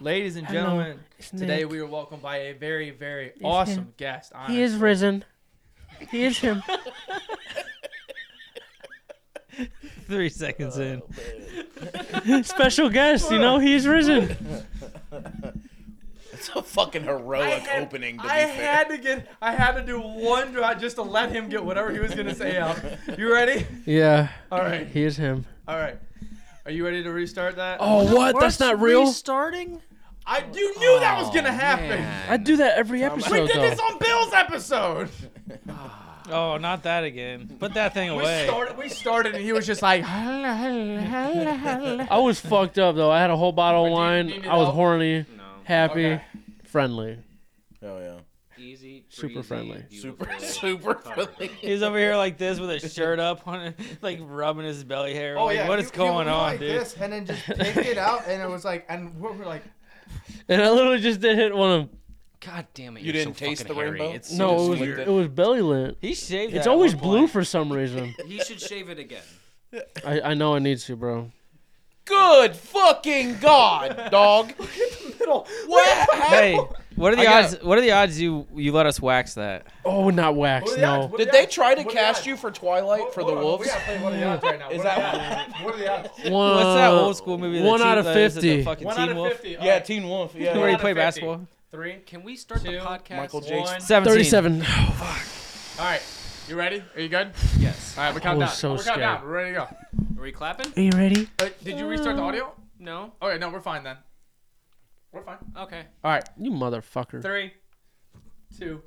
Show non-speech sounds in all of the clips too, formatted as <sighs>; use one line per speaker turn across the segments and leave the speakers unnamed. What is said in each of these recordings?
Ladies and
Hello,
gentlemen,
it's
today
Nick.
we are welcomed by a very, very awesome
him.
guest.
He is
honestly.
risen. He is him. <laughs>
Three seconds in.
Special guest, you know, he is risen. <laughs>
It's a fucking
I
heroic
had-
opening, to be
I
fair.
had to get, I had to do one draw just to let him get whatever he was gonna say out. You ready?
Yeah.
All right,
He is him.
all right. Are you ready to restart that?
Oh, what? That's not real.
Starting?
I, you knew that was gonna
Oh,
happen.
man.
I do that every
We
episode,
did
though.
this
<laughs>
on Bill's episode.
Oh, not that again. Put that thing
We
away.
started, we started, and he was just like,
I was fucked up, though. I had a whole bottle of
Do you-
wine.
do you need
I was
help?
horny,
No.
happy,
Okay.
friendly.
Oh yeah.
Easy.
Super breezy, friendly.
Super super friendly. <laughs>
He's over here like this with his shirt up on it, like rubbing his belly hair.
"Oh
like,
yeah,
what
he-
is
he
going
went
on,
like
dude?
This, and then just picked it out, and it was like, and we were like,
And I literally just did hit one of them.
God damn it!
You didn't taste the rainbow?
It's
No,
so
it was
weird.
it was belly lit.
He shaved.
It's
that at
always
one
blue
point.
for some reason.
He should shave
<laughs>
it again.
I, I know I need to, bro.
Good
<laughs>
fucking god, dog.
middle.
What?
Hey, what are the
I got-
odds? What are the odds you you let us wax that?
Oh, not wax.
What are the odds?
No.
What are
Did
the
they
odds?
try to
What are the
cast
odds?
you for Twilight for the
Hold on,
Wolves?
We gotta play one of the odds right now.
Is
What are
that-
the odds? what are the odds?
One,
What's that old school movie?
Uh, one
the
out
teen-
of
uh, is it the
50.
fucking
One
Teen
out of
Wolf?
fifty.
Yeah, Teen Wolf. Yeah.
Where he
out of
played
50.
basketball.
Three.
Can we start
Two,
the podcast?
Michael J.
One.
Seventeen.
37.
All right. You ready? Are you good?
Yes.
All right, we count
I was
down.
so
we're counting
scared.
down. We're ready to go.
Are we clapping?
Are you ready?
Uh, did you restart the audio?
No.
Okay, no, we're fine then. We're fine.
Okay.
All right.
You motherfucker.
Three, two,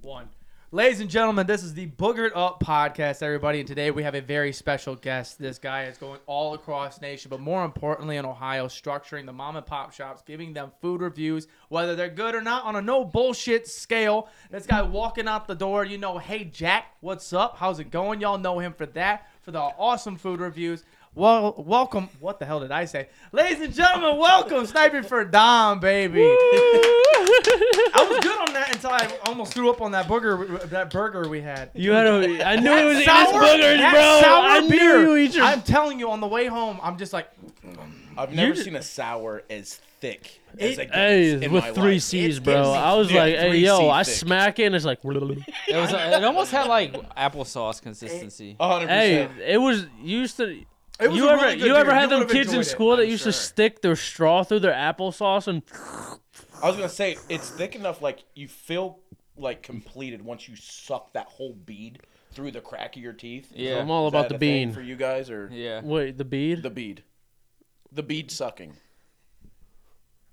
one. Ladies and gentlemen, this is the Boogered Up podcast, everybody. And today we have a very special guest. This guy is going all across nation, but more importantly in Ohio, structuring the mom and pop shops, giving them food reviews, whether they're good or not, on a no bullshit scale. This guy walking out the door, you know, hey Jack, what's up? How's it going? Y'all know him for that, for the awesome food reviews. Well, welcome. What the hell did I say? Ladies and gentlemen, welcome Sniping for Dom, baby. I was good on that until I almost threw up on that burger. That burger we had.
<laughs> You had a. I knew it was in his
Sour-
boogers,
that
bro.
sour
I
beer.
knew you eat your.
I'm telling you, on the way home, I'm just like,
I've never
just-
seen a sour as thick as a
Hey,
in
with
my
three
life.
C's,
It
bro.
is
I was
thick,
like, hey,
three
yo,
C
I
thick.
smack it,
<laughs>
and it's like.
It was. It almost had like applesauce consistency.
A hundred
hey,
percent.
it was. You used to.
it was
you
a
ever
really good
you
beer.
ever had them
would've
kids in
enjoyed it,
school that
I'm
used
sure.
to stick their straw through their applesauce and
I was gonna say it's thick enough like you feel like completed once you suck that whole bead through the crack of your teeth.
Yeah.
I'm all
Is
about
that
the
a thing
bean.
for you guys or
Yeah.
Wait, the bead?
the bead, the bead sucking.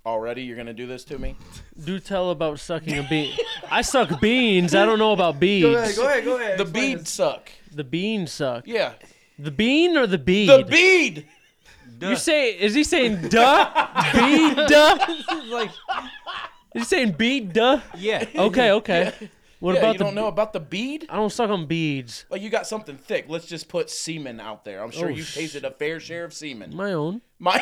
Already, you're gonna do this
<laughs>
to me.
Do tell about sucking a bean. I suck beans. I don't know about
Go ahead,
beads.
go ahead, go ahead.
The
Explain
bead
this.
suck.
The bean suck.
Yeah,
The bean or the bead?
the bead.
You say? Is he saying duh? bead duh?
like
Is he saying bead duh?
yeah.
Okay, okay. What
yeah,
about
you
the?
don't know about the bead?
I don't suck on beads.
Like you got something thick. Let's just put semen out there. I'm sure
Oh,
you've
sh-
tasted a fair share of semen.
My own.
My,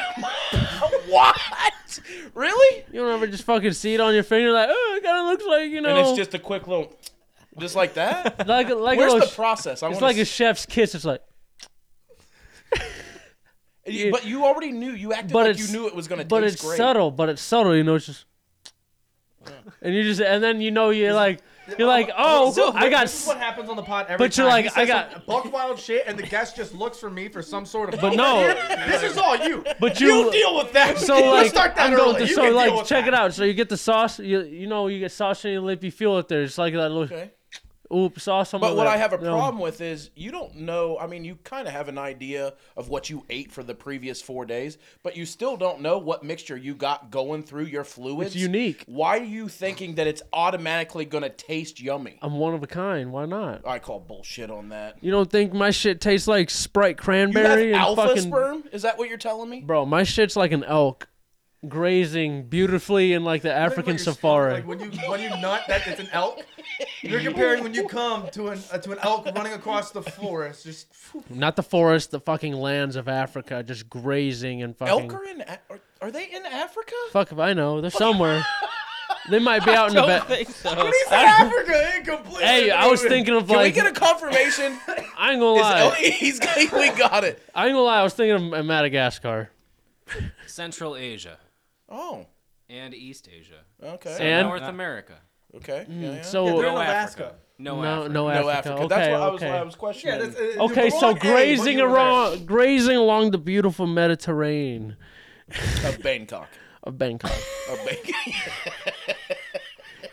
<laughs> what? Really?
You don't ever just fucking see it on your finger like, oh, it kind of looks like you know.
And it's just a quick little, just like
<laughs>
that.
like like a
Where's
little.
the
sh-
process? I
it's
wanna
like a
s-
chef's kiss. It's like,
You- But you already knew. You acted
But
like you
it's-
knew it was gonna
but
taste
it's
great.
subtle. But it's subtle. You know, it's just. And you just, and then you know you're like, you're like, oh,
So,
I got.
This is what happens on the pod every
But you're
time.
like,
He says
I got-
some buck wild shit, and the guest just looks for me for some sort of.
But no.
<laughs> this is all you.
But
you,
you-
deal with that. <laughs>
So
Let's
like,
start that
I'm going
early.
to-
You
so
can
like,
deal with
check
that.
it out. So you get the sauce. You you know you get sauce on your lip. You feel it there. It's like that little
Okay.
oop sauce on my
But what
lip,
I have a
you know.
problem with is you don't know. I mean, you kind of have an idea of what you ate for the previous four days, but you still don't know what mixture you got going through your fluids.
unique.
Why are you thinking that it's automatically going to taste yummy?
I'm one of a kind. Why not?
I call bullshit on that.
You don't think my shit tastes like Sprite
You have
cranberry and
alpha
fucking
sperm? Is that what you're telling me?
bro? My shit's like an elk, grazing beautifully in like the African
Like when you're-
safari.
Like when you when you nut that it's an elk. You're comparing when you come to an uh, to an elk running across the forest. Just phew.
Not the forest, the fucking lands of Africa, just grazing and fucking.
Elk are in? A- Are, are they in Africa?
Fuck if I know. They're
<laughs>
somewhere. they might be out in the
Don't
back.
think so.
<laughs> He said Africa incomplete.
Hey, I was thinking of
Can we
like
get a confirmation?
<laughs>
Is
I ain't gonna lie.
El- he's we got <laughs> it.
I ain't gonna lie, I was thinking of Madagascar.
Central Asia.
Oh,
and East Asia.
Okay.
So
And-
North America.
okay. yeah, yeah.
Mm, So
They're in
No
Alaska.
Africa.
no,
No,
no,
Africa.
no
Africa.
Africa.
Okay,
That's what I was.
okay.
I was questioning.
uh,
Okay, so grazing along, grazing along the beautiful Mediterranean
of Bangkok.
of Bangkok.
Of Bangkok. <laughs>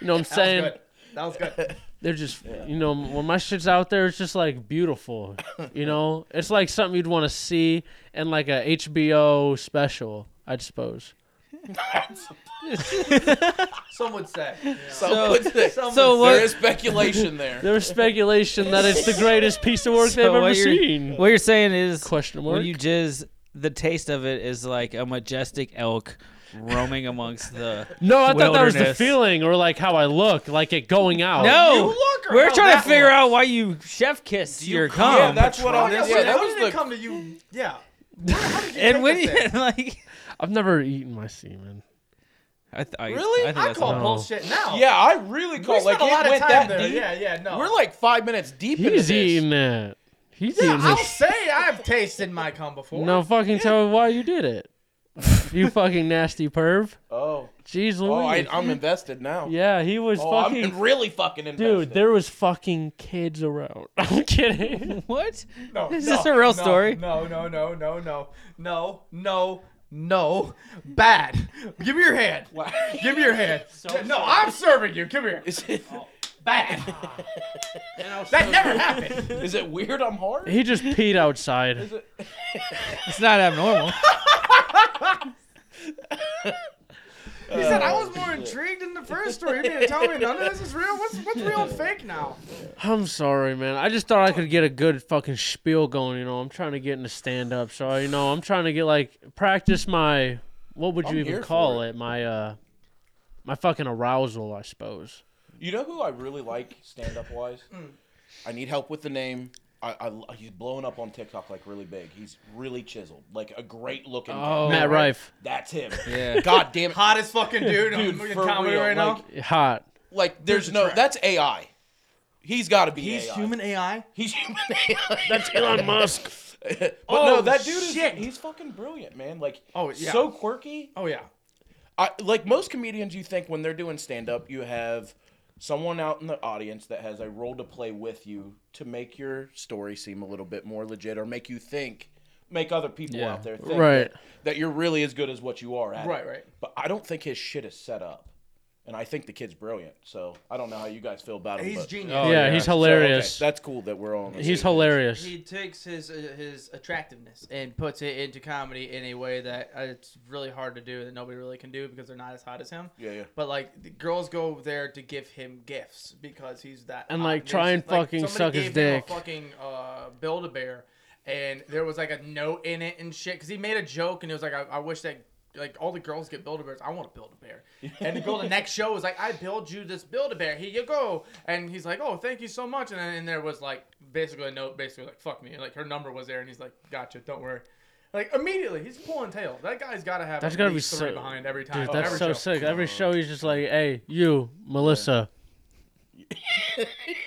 You know what I'm <laughs>
That
saying?
was good. That was good.
They're just, you know, when my shit's out there, it's just like beautiful. You
<laughs>
know, it's like something you'd want to see in like a HBO special, I suppose.
Some would say.
so,
So-
what's the-
Some would
so
say-
what-
there is
<laughs>
speculation there.
There was speculation that it's the greatest piece of work
<laughs> So
they've ever
what you're-
seen.
What you're saying is
Question
when
mark?
you jizz, the taste of it is like a majestic elk roaming amongst the.
No, I thought that was the
Wilderness.
feeling or like how I look, like it going out.
You
No,
look or
we're
how
trying to
that
figure
looks.
out why you chef kiss
you
your
cum?
cum.
yeah, that's what I.
Yeah,
Yeah,
wait,
that
how did it
was the.
come to you? Yeah.
<laughs> and when you
Take this
like,
I've never eaten my semen.
I th- I,
Really?
I,
I,
think that's
call
not-
bullshit now.
Yeah, I really
We
call
spent
like
a lot
it
of
went
time
that
there.
deep.
Yeah, yeah, no.
We're like five minutes deep into
He's
this.
eating that. He's
Yeah,
eating
I'll
his.
say I've tasted my cum before.
No, fucking tell me why you did
<laughs>
it. you fucking nasty perv.
Oh,
Jeez Louise.
oh, I, I'm invested now.
yeah, he was
Oh,
fucking.
I'm really fucking invested.
Dude, there was fucking kids around. <laughs> I'm kidding.
<laughs>
what?
No,
Is
no,
this a
no,
real story?
No, no, no, no, no, no, no, no. Bad. Give me your hand. Give me your hand. <laughs> Yeah, no, I'm serving you. Come here.
Is it,
Bad. <laughs> that never happened.
is it weird? I'm hard.
He just peed outside.
It's not abnormal.
He said I was <laughs> more intrigued in the first story. You mean to tell me none of this is real? What's what's real and fake now?
I'm sorry, man. I just thought I could get a good fucking spiel going. You know, I'm trying to get into stand up, so you know, I'm trying to get like practice my what would you
I'm
even
here
call
for
it? My uh, my fucking arousal, I suppose.
You know who I really like stand up wise? I need help with the name. I, I, he's blowing up on TikTok like really big. He's really chiseled, like a great looking.
Oh.
Matt Rife, <laughs>
That's him.
Yeah.
God damn it.
Hottest fucking dude,
Dude,
dude
for
in
real.
comedy right
like,
now.
hot.
like, there's
Dude's a
no.
trash.
That's AI. He's got to be.
He's
AI.
human AI.
He's human AI.
<laughs>
<laughs>
That's Elon Musk. <laughs>
but
Oh,
no, that dude
shit.
is. He's fucking brilliant, man. Like,
Oh, yeah.
so quirky.
Oh yeah.
I like most comedians. You think when they're doing stand up, you have someone out in the audience that has a role to play with you to make your story seem a little bit more legit or make you think, make other people
Yeah.
out there think
Right.
that, that you're really as good as what you are at. it.
Right, right.
But I don't think his shit is set up, and I think the kid's brilliant. So I don't know how you guys feel about him.
He's
but,
genius.
Oh,
yeah,
yeah.
he's
So, okay,
hilarious.
that's cool that we're all. On the
he's
same page.
hilarious.
He takes his uh, his attractiveness and puts it into comedy in a way that uh, it's really hard to do that nobody really can do because they're not as hot as him.
Yeah, yeah.
But like the girls go there to give him gifts because he's that.
And,
hot.
like,
it's
try and
just, like,
fucking
somebody
suck his
gave him a
dick.
fucking uh, build a bear, and there was like a note in it and shit because he made a joke and it was like I, I wish that. Like all the girls get build a bears. I want to build a
<laughs>
bear. And the girl the next show was like, I build you this build a bear. Here you go. And he's like, Oh, thank you so much. And then and there was like basically a note, basically like, fuck me. Like her number was there, and he's like, Gotcha, don't worry. Like immediately, he's pulling tail. That guy's gotta have
That's
at
gotta be
least three
so-
behind every time.
Dude, that's
Oh, every
so
show.
sick. Every show he's just like, "Hey, you, Melissa." <laughs>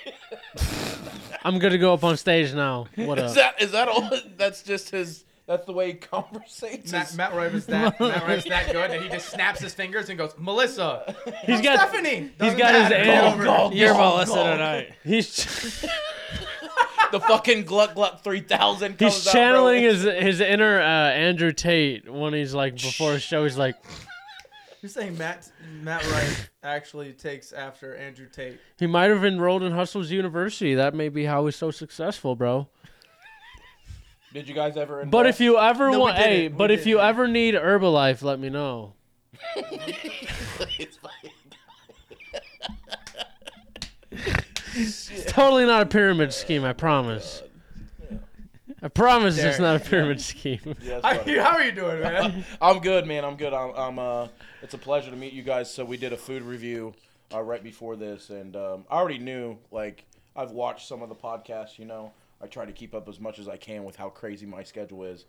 I'm gonna go up on stage now. What
Is
up?
that is that all? <laughs> That's just his. That's the way he <laughs> conversates.
Matt,
his-
Matt Rife is that Matt Rife's that good that he just snaps his fingers and goes Melissa.
He's got
Stephanie.
he's got his
animal.
animal-
You're
Gulp,
Melissa
gulp.
tonight.
he's
the fucking Gluck Gluck 3000 comes
he's
out,
channeling
bro.
his his inner uh, Andrew Tate when he's like before a show. He's like,
You're saying Matt Matt Rife actually takes after Andrew Tate.
he might have enrolled in Hustle's University. That may be how he's so successful, bro.
Did you guys ever
But if you ever
No, we
want,
did
hey,
it. We
but if
did
you
it.
ever need Herbalife, let me know. It's totally not a pyramid scheme. I promise. I promise it's
Derek,
not a pyramid scheme.
Yes,
How are
<laughs>
buddy.
you, how are you doing, man?
I'm good, man. I'm good. I'm, I'm uh it's a pleasure to meet you guys. So we did a food review uh, right before this and um, I already knew like I've watched some of the podcasts, you know. I try to keep up as much as I can with how crazy my schedule is.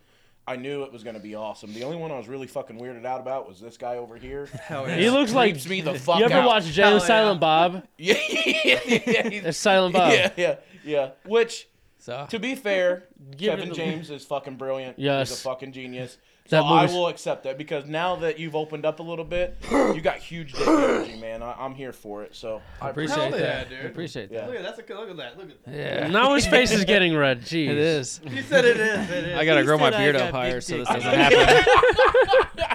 I knew it was going to be awesome. The only one I was really fucking weirded out about was this guy over here.
<laughs>
Hell
yeah.
He looks like.
Creeps me the fuck
You ever
out. <laughs>
watch Jay and
Hell yeah.
Silent Bob?
<laughs> Yeah, yeah, yeah, yeah.
It's Silent Bob.
Yeah, yeah, yeah. Which
So
To be
<laughs>
fair,
Give it
Kevin
the-
James is fucking brilliant.
Yes.
He's a fucking genius.
That
So I
movie's-
will accept that because now that you've opened up a little bit, you got huge dick energy, man. I, I'm here for it. So
I
appreciate
appreciate
it.
that, dude.
Appreciate
Yeah.
that.
Look at that's a good- look at that. Look at that.
Yeah.
Now his face is getting <laughs> red. Jeez.
It is.
You said it is. It is.
I gotta He
He
grow my said I beard got up higher big so this dick.
<laughs>
doesn't happen.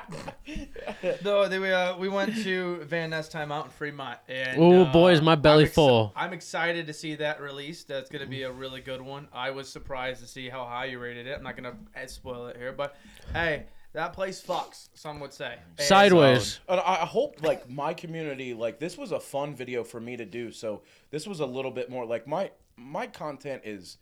No, they, we, uh, we went to Van Ness Time out in Fremont. and
Ooh,
uh,
boy, is my belly
I'm exci-
full.
I'm excited to see that release. That's going to be a really good one. I was surprised to see how high you rated it. I'm not going to spoil it here, but hey, that place fucks, some would say. And,
Sideways.
And I I hope like my community like this was a fun video for me to do. So this was a little bit more like my my content is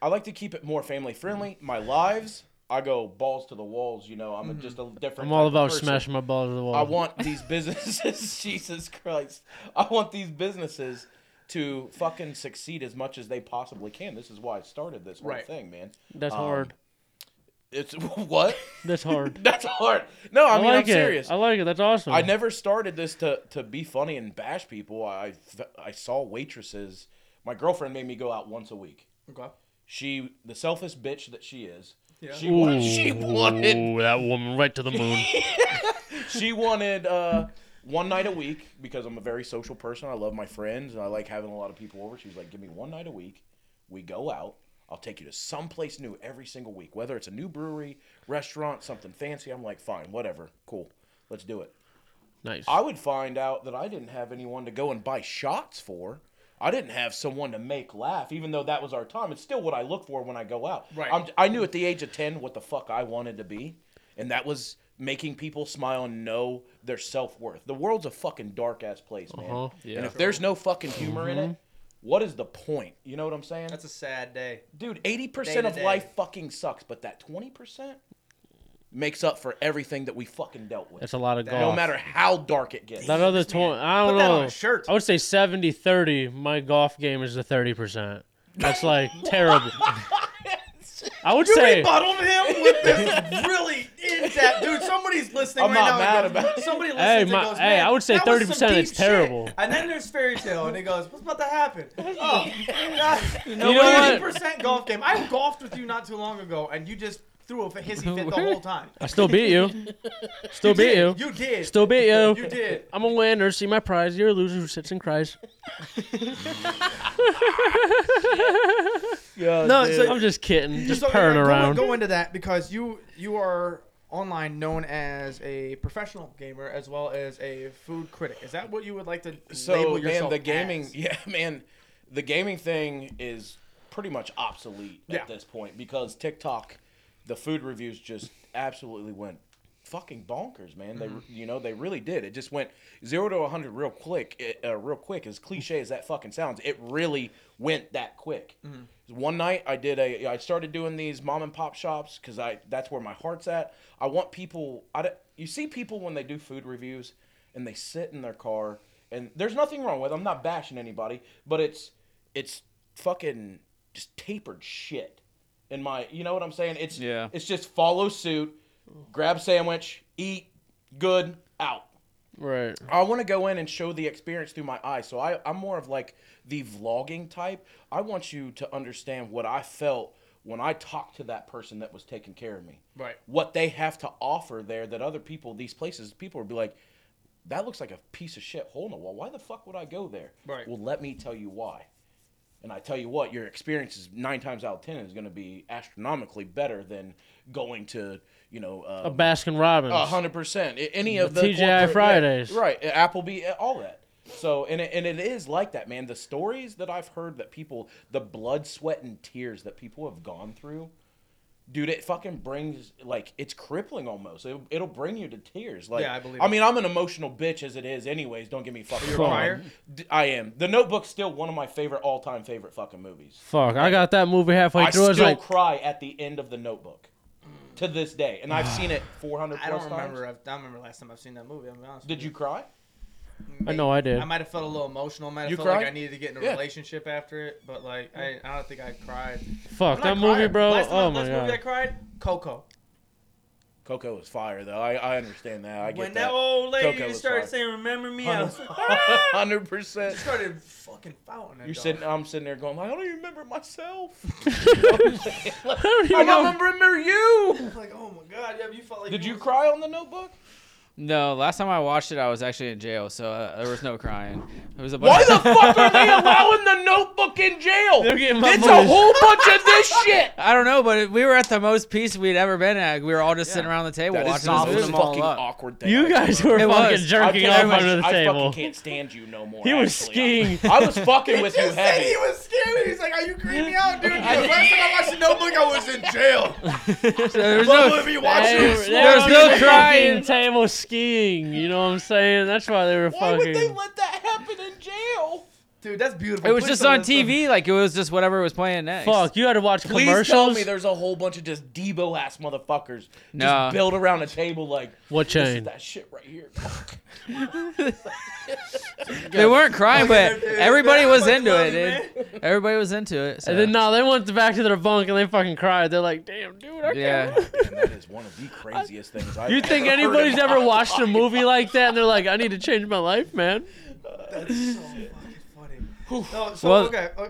I like to keep it more family friendly. My lives I go balls to the walls. You know I'm a- just a different.
Mm-hmm. I'm all
type of
about
person.
smashing my ball to the wall.
I want these businesses. <laughs> Jesus Christ! I want these businesses to fucking succeed as much as they possibly can. This is why I started this whole
Right.
thing, man.
That's
um,
hard.
It's <laughs>
<laughs>
what?
That's hard.
That's hard. No, I,
I,
mean
like
I'm
it.
serious.
I like it. That's awesome.
I never started this to, to be funny and bash people. I, I saw waitresses. My girlfriend made me go out once a week.
Okay.
She, the selfish bitch that she is,
Yeah.
she, wa- she wanted,
Ooh, that woman right to the
<laughs>
moon.
she wanted uh, one night a week because I'm a very social person. I love my friends and I like having a lot of people over. She's like, give me one night a week. We go out. I'll take you to someplace new every single week, whether it's a new brewery, restaurant, something fancy. I'm like, fine, whatever, cool, let's do it.
nice.
I would find out that I didn't have anyone to go and buy shots for. I didn't have someone to make laugh, even though that was our time. It's still what I look for when I go out.
Right.
I'm, I knew at the age of 10 what the fuck I wanted to be, and that was making people smile and know their self worth. The world's a fucking dark ass place, man.
Uh-huh. Mm-hmm.
Yeah.
And if there's no fucking humor in it, what is the point? You know what I'm saying?
That's a sad
<laughs>
day.
Dude, 80%
Day
of
to
life
day.
fucking sucks, but that 20% makes up for everything that we fucking dealt with.
That's a lot of golf.
no matter how dark it gets.
That other twenty, I don't
Put that
know.
on a shirt.
I would say 70 30. My golf game is the 30 percent.
<laughs>
That's like terrible. I would say
Rebutted him with
<laughs>
this really in depth, dude. Somebody's listening
I'm
right
not
now.
mad
and goes-
about it.
Somebody listens
Hey,
and
my-
goes,
hey,
"Man,
I would say
that was some
30%
deep
it's terrible."
shit." And then there's fairy tale, and he goes, "What's about to
<laughs>
happen?" Oh, you
know what?
percent golf game. I golfed with you not too long ago, and you just threw a hissy fit the whole time.
<laughs> I still beat you. Still beat you.
You did.
Still beat you.
<laughs> You did.
I'm a winner. See my prize. You're a loser who sits
<laughs>
and cries.
No, so
I'm just kidding. Just
so,
purring
uh, go-
around.
Go into that because you you are online known as a professional gamer as well as a food critic. Is that what you would like to label
so man
yourself?
the gaming
as?
<laughs> yeah man the gaming thing is pretty much obsolete
Yeah.
at this point because tiktok the food reviews just absolutely went fucking bonkers man they you know they really did it just went 0 to 100 real quick it, uh, real quick as cliche as that fucking sounds it really went that quick one night i did a i started doing these mom and pop shops cuz i that's where my heart's at i want people i don't- you see people when they do food reviews and they sit in their car and there's nothing wrong with it. I'm not bashing anybody, but it's it's fucking just tapered shit in my you know what I'm saying? It's
Yeah.
it's just follow suit, grab sandwich, eat, good, out.
right.
I want to go in and show the experience through my eyes. So I, I'm more of like the vlogging type. I want you to understand what I felt when I talked to that person that was taking care of me.
Right.
What they have to offer there that other people, these places, people would be like, that looks like a piece of shit hole in the wall. Why the fuck would I go there?
Right.
Well, let me tell you why. And I tell you what, your experience is nine times out of ten is going to be astronomically better than going to, you know,
A
uh,
Baskin Robbins.
a hundred percent. I- Any of
The
the
TGI
corporate-
Fridays.
yeah, right? Applebee, all that. So and it, and it is like that, man. The stories that I've heard that people, the blood, sweat, and tears that people have gone through, dude, it fucking brings like it's crippling almost. It, it'll bring you to tears. Like
Yeah, I believe
I
it.
mean, I'm an emotional bitch as it is, anyways. Don't get me fucking
You're a
wrong.
crier?
D- I am. The Notebook's still one of my favorite all time favorite fucking movies.
Fuck. I got that movie halfway through.
I still
I was like,
cry at the end of the Notebook. To this day, and I've seen it 400
<sighs> I
plus
don't
times.
remember. I don't remember last time I've seen that movie. I'm honest.
Did you cry?
I know I did.
I might have felt a little emotional. I might have
You
felt like
cried?
I needed to get in a
Yeah.
relationship after it, but like I, I don't think I cried.
Fuck
I'm
that
not
movie,
crying.
bro.
Last, time-
oh
last
my
movie I
god.
cried, Coco.
Coco is fire though. I, I understand that. I get
when that,
that. <laughs>
old lady
Coco was
started
fire.
saying, "Remember me,"
<laughs>
I was like,
Hundred percent.
started fucking fountain.
You're sitting. I'm sitting there going, like, I don't even
<laughs>
remember myself. <laughs>
I don't
I
even
don't
know.
remember, you.
like, oh my god, yeah, you felt like
Did you cry on the Notebook?
No, last time I watched it, I was actually in jail, so uh, there was no crying. It was a bunch
Why the fuck are they allowing the Notebook in jail?
They're getting my
It's a
money.
whole bunch of this shit.
<laughs> I don't know, but we were at the most peace we'd ever been at. We were all just sitting around the table
<laughs> That is
watching
the
this
most
movie.
fucking awkward thing.
You
I've ever
guys were
It
fucking
was.
jerking
I
off
can't-
under the
I
table.
fucking can't stand you no more.
He was
actually.
skiing.
I was
<laughs>
fucking with you
You said
heavy.
he was scared. He's like, "Are you creeping me out, dude?" The last time I watched the Notebook, I was in jail.
<laughs>
So there was
Bubba
no,
would be
They
watching
were-
me
they
smoke.
were
There's
on
no
the
crying.
fucking Table skiing. You know what I'm saying? That's why they were
Why
fucking.
would they let that happen in jail?
Dude, that's beautiful.
it was
Please
just
don't
on
listen.
TV. Like it was just whatever was playing next.
Fuck, you had to watch
Please
commercials.
tell me there's a whole bunch of just Debo ass motherfuckers
No.
just built around a table like
what
this is
chain?
that shit right here.
They weren't crying, <laughs>
<laughs>
but
Dude,
everybody
man,
was
I
into
love
it,
you,
dude. <laughs> Everybody was into it. So.
And then no, they went back to their bunk and they fucking cried. They're like, "Damn, dude, I
<laughs> Yeah.
can't."
And that is one of the craziest things I've
You
<laughs>
think
ever heard in
anybody's
my
ever watched a
life.
movie like that and they're like, "I need to change my life, man"?
That's so fucking funny. No, so
Well-
okay, uh,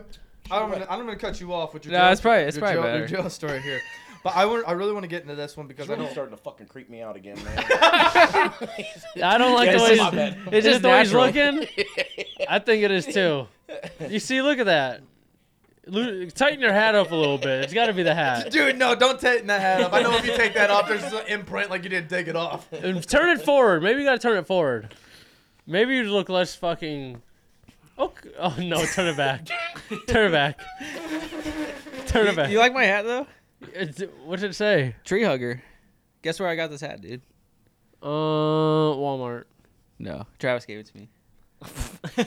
I'm gonna, I'm gonna cut you off with your.
No,
jail-
it's probably- it's
your
probably
jail- your
better.
jail story here, but I want, I really want to get into this one because
It's
I
really
don't.
starting to fucking creep me out again,
<laughs>
man.
I don't like the
Yeah, it's
way
just-
he's,
my bad.
it's
It's
just the way he's
natural.
looking. <laughs> I think it is too. You see, look at that. Lo- Tighten your hat up a little bit. It's got to be the hat.
Dude, no, don't take that hat off. I know if you take that off, there's an imprint like you didn't take it off.
And turn it forward. Maybe you gotta turn it forward. Maybe you look less fucking. Oh, oh no! Turn it back. <laughs> Turn it back. Turn it back.
You like my hat though?
It's- what's it say?
Tree hugger. Guess where I got this hat, dude?
Uh, Walmart.
No, Travis gave it to me.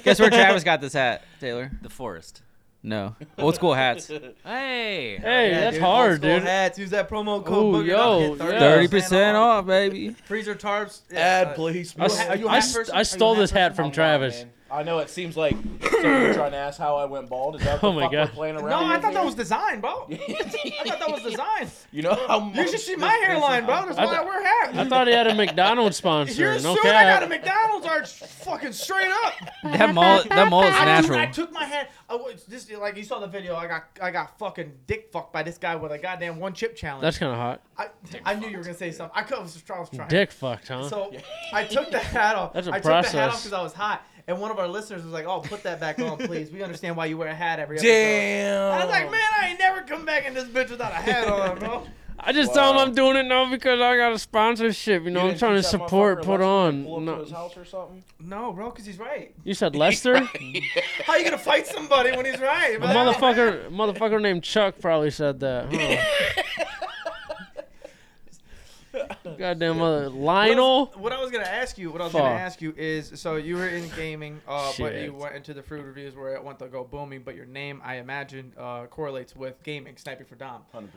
<laughs> Guess
<laughs>
where Travis got this hat, Taylor?
The forest.
No, old
<laughs>
school hats.
Hey.
Hey,
Yeah,
that's
dude, old
hard,
school
dude.
Hats. Use that promo
Ooh,
code. Ooh,
yo,
yo,
yeah.
Thirty percent off, baby.
Freezer tarps. yeah, uh,
Ad, please.
you a ha- are you a
I
hat
s-
person?
I
Are you a
stole
hat
this hat
person?
from
I'm not,
Travis.
man. I know it seems like someone trying to ask how I went bald. Is
<laughs>
that
Oh
the
my
fuck
God.
we're playing around?
No, I
with
thought that
here?
was design, bro.
<laughs>
I thought that was design.
You know how much
You should see my
this pisses
hairline, bro.
off.
That's
I
why I
thought-
wear hats.
I thought
<laughs>
he had a McDonald's
You're
sponsor. No
assuming I got a
cap.
McDonald's arch fucking straight up.
<laughs> That mullet, that mullet's
I, dude,
natural.
I took my hand. I was this like you saw the video. I got I got fucking dick fucked by this guy with a goddamn one chip challenge.
That's kind of hot.
I, I knew you were gonna say something. I could- I was just trying. I was trying.
Dick fucked, huh?
So I took the hat off.
That's a
I took the hat off
process.
because I was hot. And one of our listeners was like, "Oh, put that back on, please. We understand why you wear a hat every episode."
Damn.
I was like, "Man, I ain't never come back in this bitch without a hat on,
<laughs>
bro."
I just tell him
Wow.
I'm doing it now because I got a sponsorship. You know, I'm
didn't
trying to
teach that
support,
motherfucker
put
Lester to
on.
pull up to
No-
his house or something?
No, bro, because he's right.
You said Lester?
How you gonna fight somebody when he's right?
A
bro?
motherfucker, a motherfucker named Chuck probably said that. huh? Goddamn
What I
mother,
was-
Lionel.
What I was gonna ask you, what I was
Fuck.
gonna ask you is, so you were in gaming, uh, but you
Shit.
went into the food reviews where it went to go booming. But your name, I imagine, uh, correlates with gaming, sniping for Dom.
100%.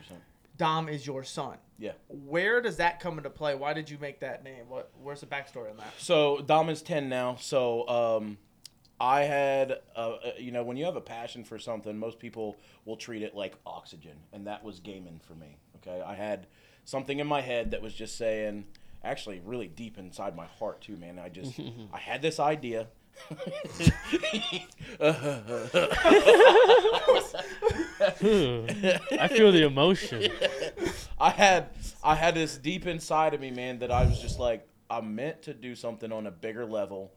Dom is your son.
Yeah.
Where does that come into play? Why did you make that name? What? Where's the backstory on that?
So Dom is 10 now. So um, I had, uh, uh, you know, when you have a passion for something, most people will treat it like oxygen. And that was gaming for me. Okay. I had something in my head that was just saying, actually, really deep inside my heart, too, man.
<laughs>
I just, I had
<laughs>
this idea. <laughs>
Hmm. I feel the emotion.
I had I had this deep inside of me, man, that I was just like, I meant to do something on a bigger level,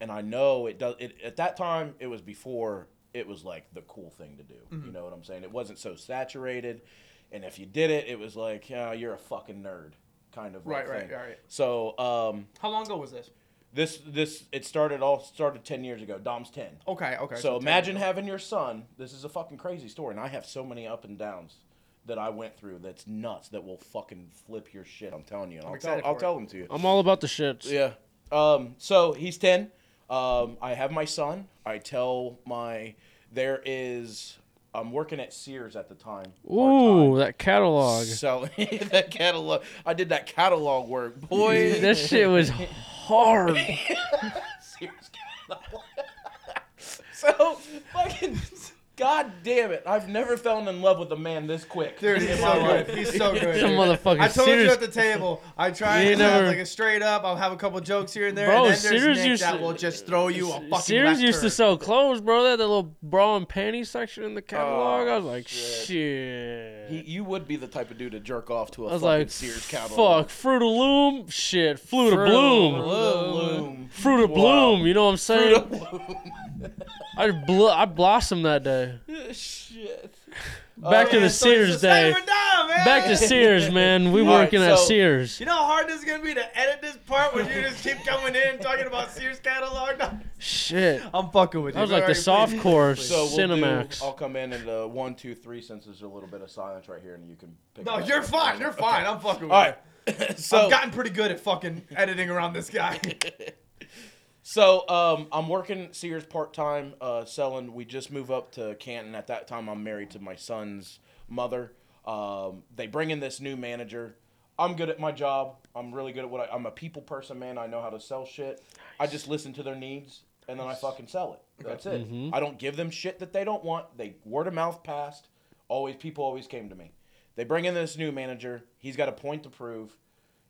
and I know it does. It, at that time, it was before it was like the cool thing to do.
Mm-hmm.
You know what I'm saying? It wasn't so saturated, and if you did it, it was like, yeah, you're a fucking nerd, kind of like
Right, right,
thing.
right.
So um,
How long ago was this?
this this it started all started ten years ago. Dom's ten.
Okay, okay.
So
10
imagine
years
having your son. This is a fucking crazy story, and I have so many up and downs that I went through. That's nuts. That will fucking flip your shit. I'm telling you. and I'll tell.
excited
I'll
for it.
tell them to you.
I'm all about the shits.
Yeah. Um. So he's ten. Um. I have my son. I tell my. There is. I'm working at Sears at the time.
Ooh,
part-time,
that catalog.
<laughs> Selling that catalog. I did that catalog work, boy.
That shit was hard.
<laughs> Sears catalog. so fucking God damn it! I've never fallen in love with a man this quick.
Dude, he's
in <laughs>
so
my life.
good. He's
<laughs>
so good.
Some motherfucker.
I told you
Sears-
at the table. I try
<laughs> You
to have
never-
like a straight up. I'll have a couple jokes here and there. and
Bro,
then there's
Sears
Nick
used
that
to-
will just throw you a fucking.
Sears
left
used to
turn.
sell clothes, bro. They had that little bra and panty section in the catalog. I was like,
Oh, shit.
shit.
He, you would be the type of dude to jerk off to a
I was
fucking
like,
Sears catalog.
fuck, Fruit of Loom, shit, Fruit of
Fruit of
Bloom,
Loom.
Bloom.
Fruit of
Wow.
Bloom. You know what I'm saying?
Bloom.
I bl- I blossomed that day.
<laughs> Shit.
Back
Oh,
to
yeah,
So
the
it's
Sears
the same
day.
or die, man.
Back to Sears, man. We
All right,
working at
so-
<laughs>
Sears.
You know how hard this is gonna be to edit this part when you just keep coming in talking about Sears catalog. <laughs>
Shit.
I'm fucking with you.
That was like the
Alright,
soft
please.
core
So we'll
Cinemax.
Do, I'll come in and uh, one, two, three. Since there's a little bit of silence right here, and you can. Pick
No,
it up.
you're fine. You're fine. I'm fucking with
All right. <laughs>
you.
so
I've gotten pretty good at fucking editing around this
<laughs>
guy.
So um, I'm working Sears part time, uh, selling. We just move up to Canton. At that time, I'm married to my son's mother. Um, they bring in this new manager. I'm good at my job. I'm really good at what I, I'm a people person, man. I know how to sell shit. I just listen to their needs and then I fucking sell it. That's it. I don't give them shit that they don't want. They word of mouth passed. Always people always came to me. They bring in this new manager. He's got a point to prove.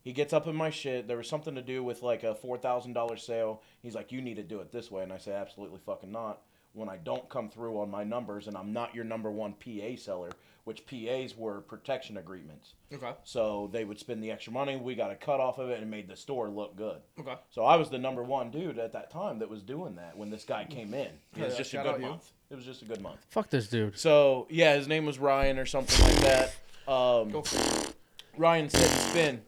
He gets up in my shit. There was something to do with like a four thousand dollar sale. He's like, "You need to do it this way," and I say, "Absolutely fucking not." When I don't come through on my numbers, and I'm not your number one PA seller, which PAs were protection agreements,
okay.
so they would spend the extra money. We got a cut off of it and made the store look good.
Okay.
So I was the number one dude at that time that was doing that when this guy came in. It was
Mm. Yeah,
just a
shout out
good
you.
month. It was just a good month.
Fuck this dude.
So yeah, his name was Ryan or something like that. Um, Ryan said spin.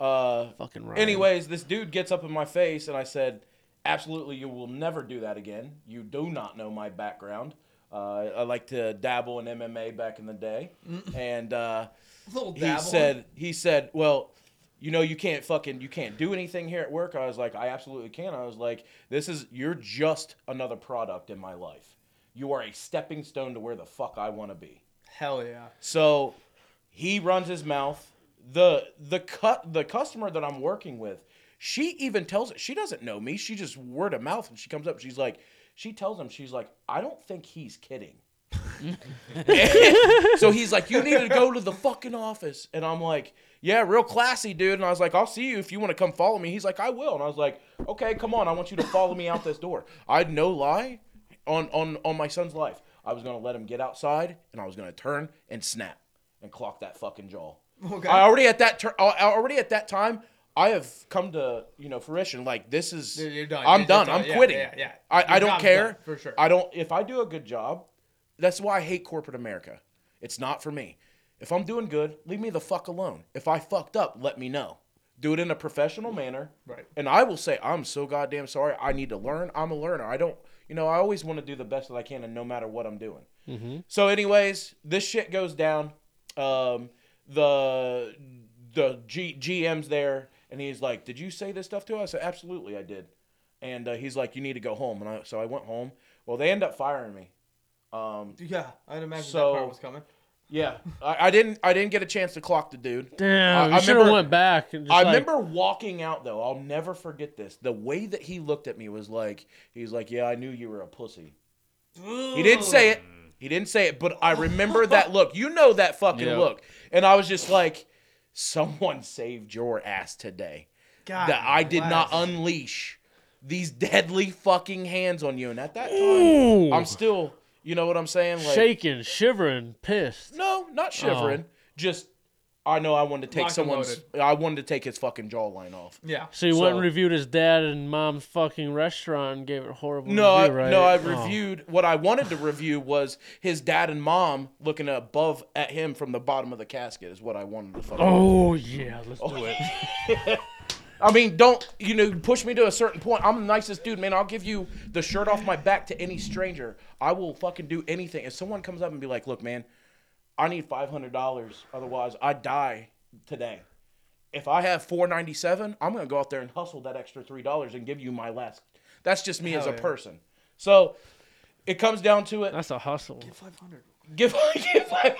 Uh,
Fucking right.
Anyways, this dude gets up in my face and I said, Absolutely, you will never do that again. You do not know my background. Uh, I like to dabble in MMA back in the day. And uh,
Little
he
dabble.
said, he said, well, you know, you can't fucking, you can't do anything here at work. I was like, I absolutely can. I was like, this is, you're just another product in my life. You are a stepping stone to where the fuck I want to be.
Hell yeah.
So he runs his mouth. The the cut the customer that I'm working with, she even tells it she doesn't know me. She just word of mouth and she comes up, she's like, she tells him, she's like, I don't think he's kidding. so he's like, You need to go to the fucking office. And I'm like, Yeah, real classy, dude. And I was like, I'll see you if you want to come follow me. He's like, I will. And I was like, Okay, come on, I want you to follow me out this door. I'd no lie on on on my son's life. I was gonna let him get outside, and I was gonna turn and snap and clock that fucking jaw.
Okay.
I already at that tur- uh, I- I already at that time, I have come to you know fruition. Like this is,
Dude, you're done.
I'm
You're
done.
done.
I'm
Yeah,
quitting.
yeah, yeah.
I, I
Your
don't
job's
care.
done, for sure.
I don't. If I do a good job, that's why I hate corporate America. It's not for me. If I'm doing good, leave me the fuck alone. If I fucked up, let me know. Do it in a professional manner.
Right.
And I will say, I'm so goddamn sorry. I need to learn. I'm a learner. I don't, you know, I always want to do the best that I can, and no matter what I'm doing. So, anyways, this shit goes down. Um, the the G, GM's there, and he's like, "Did you say this stuff to us?" I said, "Absolutely, I did." And uh, he's like, "You need to go home." And I, so I went home. Well, they end up firing me. Um,
Yeah, I'd imagine
So-
that part was coming.
yeah, I, I didn't. I didn't get a chance to clock the dude. I-
Damn,
I
you should have
remember-
went back. And just
I
like,
remember walking out though. I'll never forget this. The way that he looked at me was like he's like, "Yeah, I knew you were a pussy." He didn't
Oh.
say it. He didn't say it, but I remember
<laughs>
that look. You know that fucking
Yeah.
look. And I was just like, "Someone saved your ass today.
God
that I did
Ah,
not
bless.
unleash these deadly fucking hands on you." And at that time,
Ooh.
I'm still, you know what I'm saying? Like,
shaking, shivering, pissed.
no, not shivering. Just I know I wanted to take
Locked and
someone's. I wanted to take his fucking jawline off.
Yeah.
So you went and
So-
reviewed his dad and mom's fucking restaurant and gave it a horrible
No, I,
review, right?
no,
Oh.
I reviewed what I wanted to review was his dad and mom looking above at him from the bottom of the casket is what I wanted to fucking.
Oh yeah, let's do it.
I mean, don't you know? Push me to a certain point. I'm the nicest dude, man. I'll give you the shirt off my back to any stranger. I will fucking do anything. If someone comes up and be like, "Look, man, I need five hundred dollars, otherwise I die today." If I have four ninety seven, I'm gonna go out there and hustle that extra three dollars and give you my last. That's just me as a
yeah.
person. So it comes down to it.
That's a hustle.
500.
Give, <laughs> give my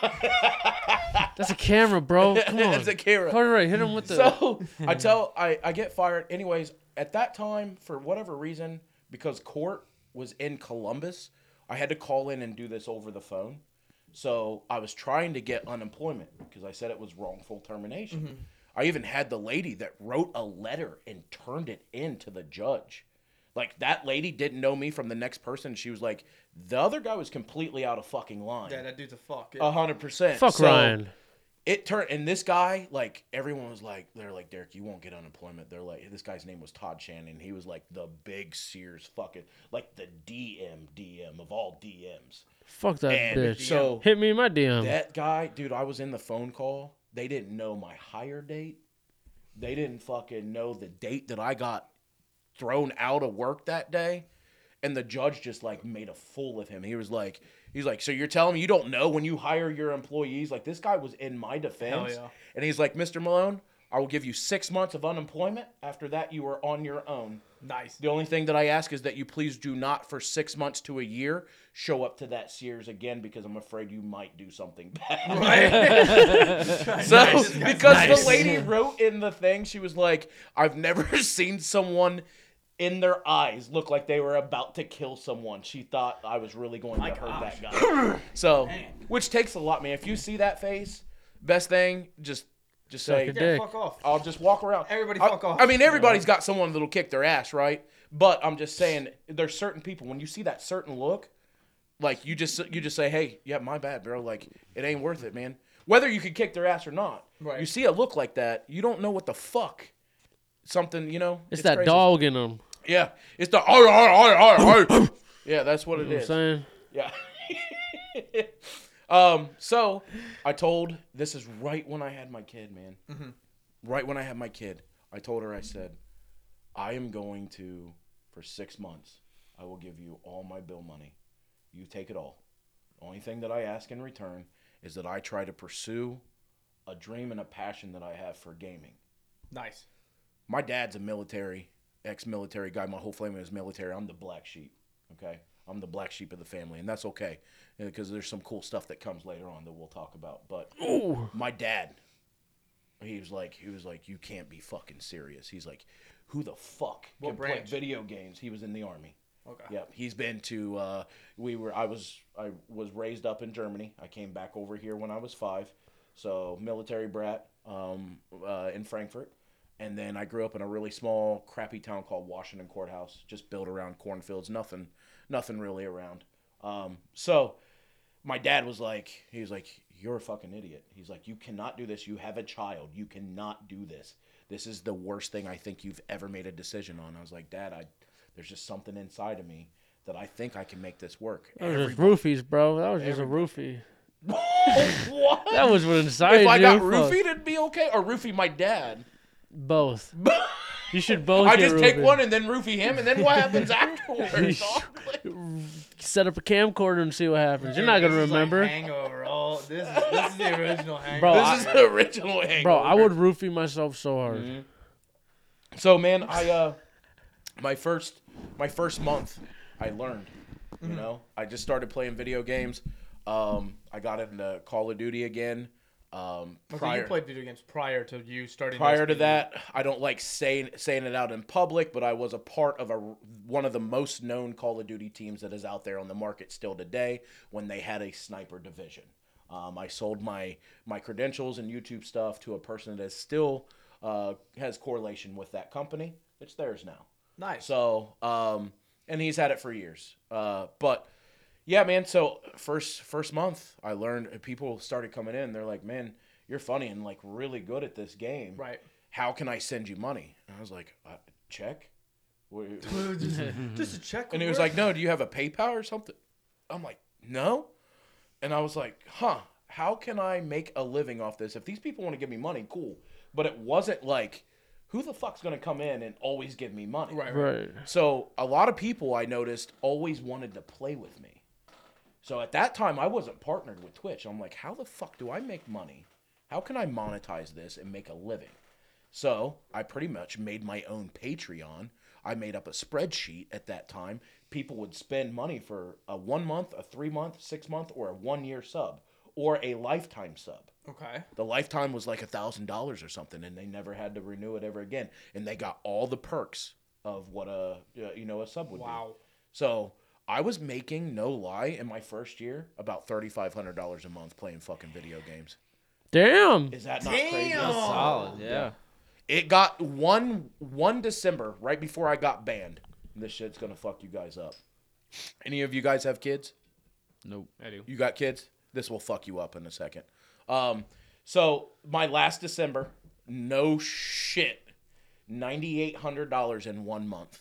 That's a camera,
<laughs>
bro. Come on.
That's a camera.
All right, hit him with the.
so I tell I, I get fired. Anyways, at that time, for whatever reason, because court was in Columbus, I had to call in and do this over the phone. So I was trying to get unemployment because I said it was wrongful termination.
Mm-hmm.
I even had the lady that wrote a letter and turned it in to the judge. Like that lady didn't know me from the next person. She was like, the other guy was completely out of fucking line.
Yeah, that dude's a fuck.
A hundred percent.
Fuck
So,
Ryan.
It turned, and this guy, like everyone was like, they're like, Derek, you won't get unemployment. They're like, this guy's name was Todd Shannon. He was like the big Sears fucking, like the DM DM of all DMs.
Fuck that
And
bitch.
so
Hit me in my
Um,
DM.
that guy, dude, I was in the phone call. They didn't know my hire date. They didn't fucking know the date that I got thrown out of work that day. And the judge just like made a fool of him. He was like, he's like, so you're telling me you don't know when you hire your employees? Like this guy was in my defense.
Hell yeah.
And he's like, Mr. Malone, I will give you six months of unemployment. After that, you are on your own.
Nice.
The only thing that I ask is that you please do not, for six months to a year, show up to that Sears again because I'm afraid you might do something
<laughs>
bad. <laughs> so, <laughs> because the lady wrote in the thing, she was like, I've never <laughs> seen someone in their eyes look like they were about to kill someone. She thought I was really going to hurt that guy. So, which takes a lot, man. If you see that face, best thing, just just
Suck
say,
a
Yeah,
Dick.
fuck off.
I'll just walk around.
Everybody
I,
fuck off.
I mean, everybody's got someone that'll kick their ass, right? But I'm just saying, there's certain people when you see that certain look, like you just you just say, "Hey, yeah, my bad, bro. Like it ain't worth it, man." Whether you could kick their ass or not,
Right.
you see a look like that, you don't know what the fuck something, you know.
it's that
crazy.
dog in him.
Yeah, it's the ar, ar, ar, ar,
<coughs>
ar. yeah, that's what
You
it
know what I'm
is.
saying?
Yeah. <laughs> um. So, I told this is right when I had my kid, man. Right when I had my kid, I told her I said, I am going to for six months. I will give you all my bill money. You take it all. Only thing that I ask in return is that I try to pursue a dream and a passion that I have for gaming
Nice.
my dad's a military, ex-military guy. My whole family is military. I'm the black sheep. Okay, I'm the black sheep of the family, and that's okay, because there's some cool stuff that comes later on that we'll talk about. But my dad, he was like, he was like, you can't be fucking serious. He's like, who the fuck
What
can
branch?
play video games? He was in the army.
Okay.
Yep. He's been to. Uh, we were. I was. I was raised up in Germany. I came back over here when I was five. So military brat um, uh, in Frankfurt, and then I grew up in a really small, crappy town called Washington Courthouse, just built around cornfields. Nothing, nothing really around. Um, so my dad was like, he was like, you're a fucking idiot. He's like, you cannot do this. You have a child. You cannot do this. This is the worst thing I think you've ever made a decision on. I was like, Dad, I, there's just something inside of me that I think I can make
<laughs>
this work. <laughs>
That was just roofies, bro. That was just a roofie.
what?
That was what inside
if I
you.
got
Fuck.
roofied, it'd be okay. Or roofie my dad. <laughs>
both. you should both.
I
get
just take
roofied.
one and then roofie him, and then what
<laughs>
happens afterwards?
Set up a camcorder and see what happens. You're not gonna
This is like
remember,
hangover. all this is this is the original hangover.
Bro, I-
<laughs> this is the original angle.
bro. I would roofie myself so hard.
Mm-hmm.
So man, I uh my first my first month I learned, you
Mm-hmm.
know. I just started playing video games. Um I got into Call of Duty again. Um
Okay,
prior
you played video games prior to you starting.
prior to
this business.
that, I don't like saying saying it out in public, but I was a part of a one of the most known Call of Duty teams that is out there on the market still today. When they had a sniper division, um, I sold my my credentials and YouTube stuff to a person that is still uh, has correlation with that company. It's theirs now.
Nice.
So, um, and he's had it for years. Uh, but yeah, man. So first first month, I learned people started coming in. They're like, man, you're funny and like really good at this game.
Right.
How can I send you money? And I was like, uh, check. Wh-
just, just a check.
and he was like, "No, do you have a PayPal or something?" I'm like, "No," and I was like, "Huh? How can I make a living off this? If these people want to give me money, cool." But it wasn't like, "Who the fuck's gonna come in and always give me money?"
Right. Right.
Right.
So a lot of people I noticed always wanted to play with me. So at that time I wasn't partnered with Twitch. I'm like, how the fuck do I make money? How can I monetize this and make a living? So I pretty much made my own Patreon. I made up a spreadsheet at that time. People would spend money for a one month, a three month, six month, or a one year sub, or a lifetime sub
Okay.
the lifetime was like a thousand dollars or something and they never had to renew it ever again and they got all the perks of what a uh, you know a sub would be
Wow.
so I was making no lie in my first year about thirty five hundred dollars a month playing fucking video games.
Damn.
Is that not crazy?
Solid, yeah.
It got one one December right before I got banned. This shit's gonna fuck you guys up. Any of you guys have kids?
Nope.
I do.
You got kids? This will fuck you up in a second. Um, so my last December, no shit, ninety eight hundred dollars in one month.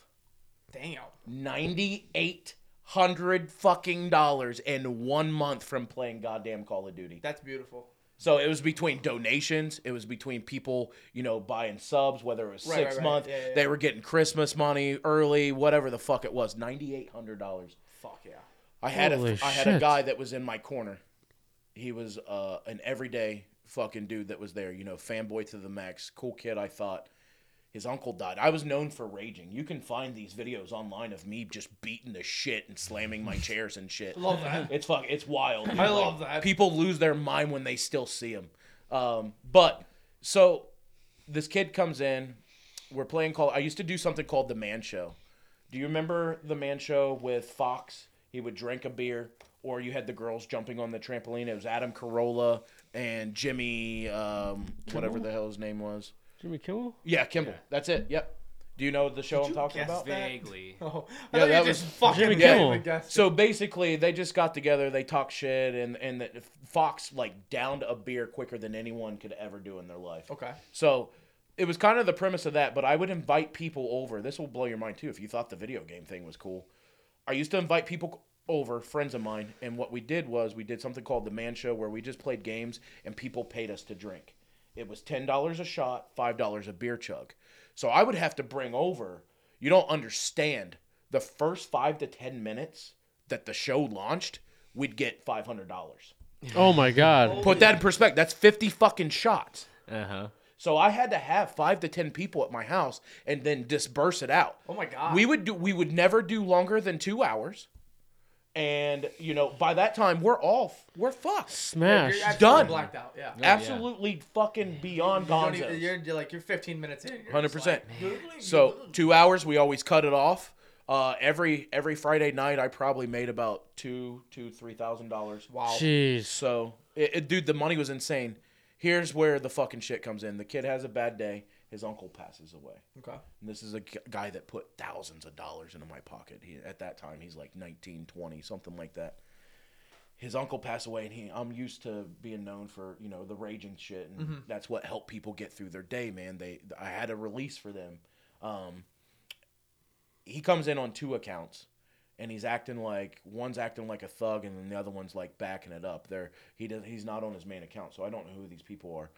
Damn.
Ninety eight hundred fucking dollars in one month from playing goddamn Call of Duty.
That's beautiful.
So it was between donations. It was between people, you know, buying subs, whether it was
Right,
six
right, right.
month.
Yeah, yeah,
They
yeah.
were getting Christmas money early, whatever the fuck it was. Ninety eight hundred dollars.
Fuck yeah.
I had a,
Holy
I had a
shit.
guy that was in my corner. He was uh, an everyday fucking dude that was there, you know, fanboy to the max, cool kid. I thought his uncle died. I was known for raging. You can find these videos online of me just beating the shit and slamming my chairs and shit.
Love that.
It's fuck. It's wild. dude.
I love that.
People lose their mind when they still see him. Um, but so this kid comes in. We're playing call. I used to do something called the Man Show. Do you remember the Man Show with Fox? He would drink a beer, or you had the girls jumping on the trampoline. It was Adam Carolla and Jimmy, um, whatever the hell his name was.
Jimmy Kimmel?
Yeah, Kimball. That's it. Yep. Do you know the show I'm talking
guess
about? <laughs>
Vaguely.
Oh,
Yeah,
I thought
that
you just
was-
fucking
Jimmy
guessed
Kimmel.
and guessed.
So basically, they just got together, they talked shit, and and the, Fox like downed a beer quicker than anyone could ever do in their life.
Okay.
So it was kind of the premise of that. But I would invite people over. This will blow your mind too if you thought the video game thing was cool. I used to invite people over, friends of mine, and what we did was we did something called the Man Show, where we just played games and people paid us to drink. It was ten dollars a shot, five dollars a beer chug. So I would have to bring over. You don't understand the first five to ten minutes that the show launched, we'd get five hundred dollars.
Oh my god.
Put that in perspective. That's fifty fucking shots.
Uh huh.
So I had to have five to ten people at my house and then disperse it out.
Oh my God.
We would do we would never do longer than two hours. And you know, by that time we're off. We're fucked.
You're
Smash.
absolutely
Done.
Blacked out. Yeah.
Absolutely fucking beyond
You don't even,
gonzo.
you're, you're like you're 15 minutes in. You're
Hundred
just like,
percent. So two hours we always cut it off. Uh, every every Friday night I probably made about two, two, three thousand dollars.
Wow.
Jeez.
So, it, it- dude, the money was insane. Here's where the fucking shit comes in. The kid has a bad day. His uncle passes away.
Okay.
And this is a g- guy that put thousands of dollars into my pocket. He, at that time, he's like 19, 20, something like that. His uncle passed away, and he, I'm used to being known for, you know, the raging shit, and that's what helped people get through their day, man. They, I had a release for them. Um, he comes in on two accounts, and he's acting like one's acting like a thug, and then the other one's like backing it up. There, he does, he's not on his main account, so I don't know who these people are.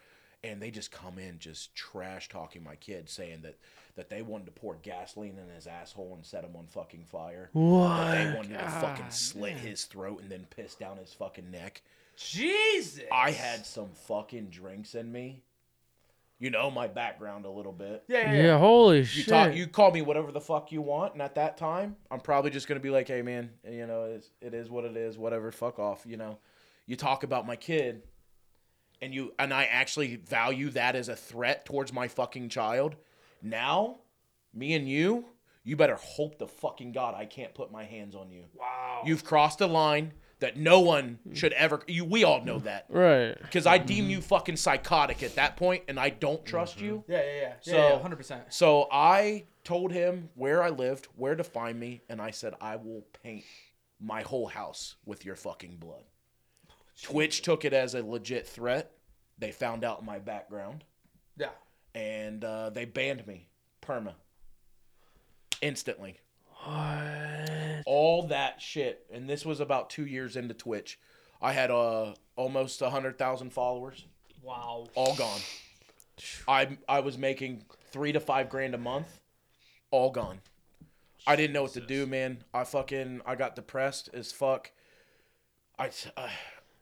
And they just come in, just trash talking my kid, saying that that they wanted to pour gasoline in his asshole and set him on fucking fire. That they wanted to fucking slit his throat and then piss down his fucking neck.
Jesus.
I had some fucking drinks in me. You know my background a little bit.
Yeah. Yeah. yeah.
Yeah, holy
You
shit.
talk, you call me whatever the fuck you want, and at that time, I'm probably just gonna be like, "Hey, man, you know, it's, it is what it is. Whatever, fuck off." You know, you talk about my kid, and you and I actually value that as a threat towards my fucking child. Now, me and you, you better hope the fucking god I can't put my hands on you.
Wow.
You've crossed a line that no one should ever. You, we all know that
right.
because I deem you fucking psychotic at that point, and I don't trust you.
Yeah. Yeah. Yeah.
So-
So 100. percent
So I told him where I lived, where to find me, and I said, I will paint my whole house with your fucking blood. Twitch took it as a legit threat. They found out my background
Yeah.
and uh, they banned me perma instantly. All that shit. And this was about two years into Twitch. I had uh, almost 100,000 followers
Wow.
all gone. I I was making three to five grand a month, all gone. I didn't know what to do, man. I fucking I got depressed as fuck. I uh,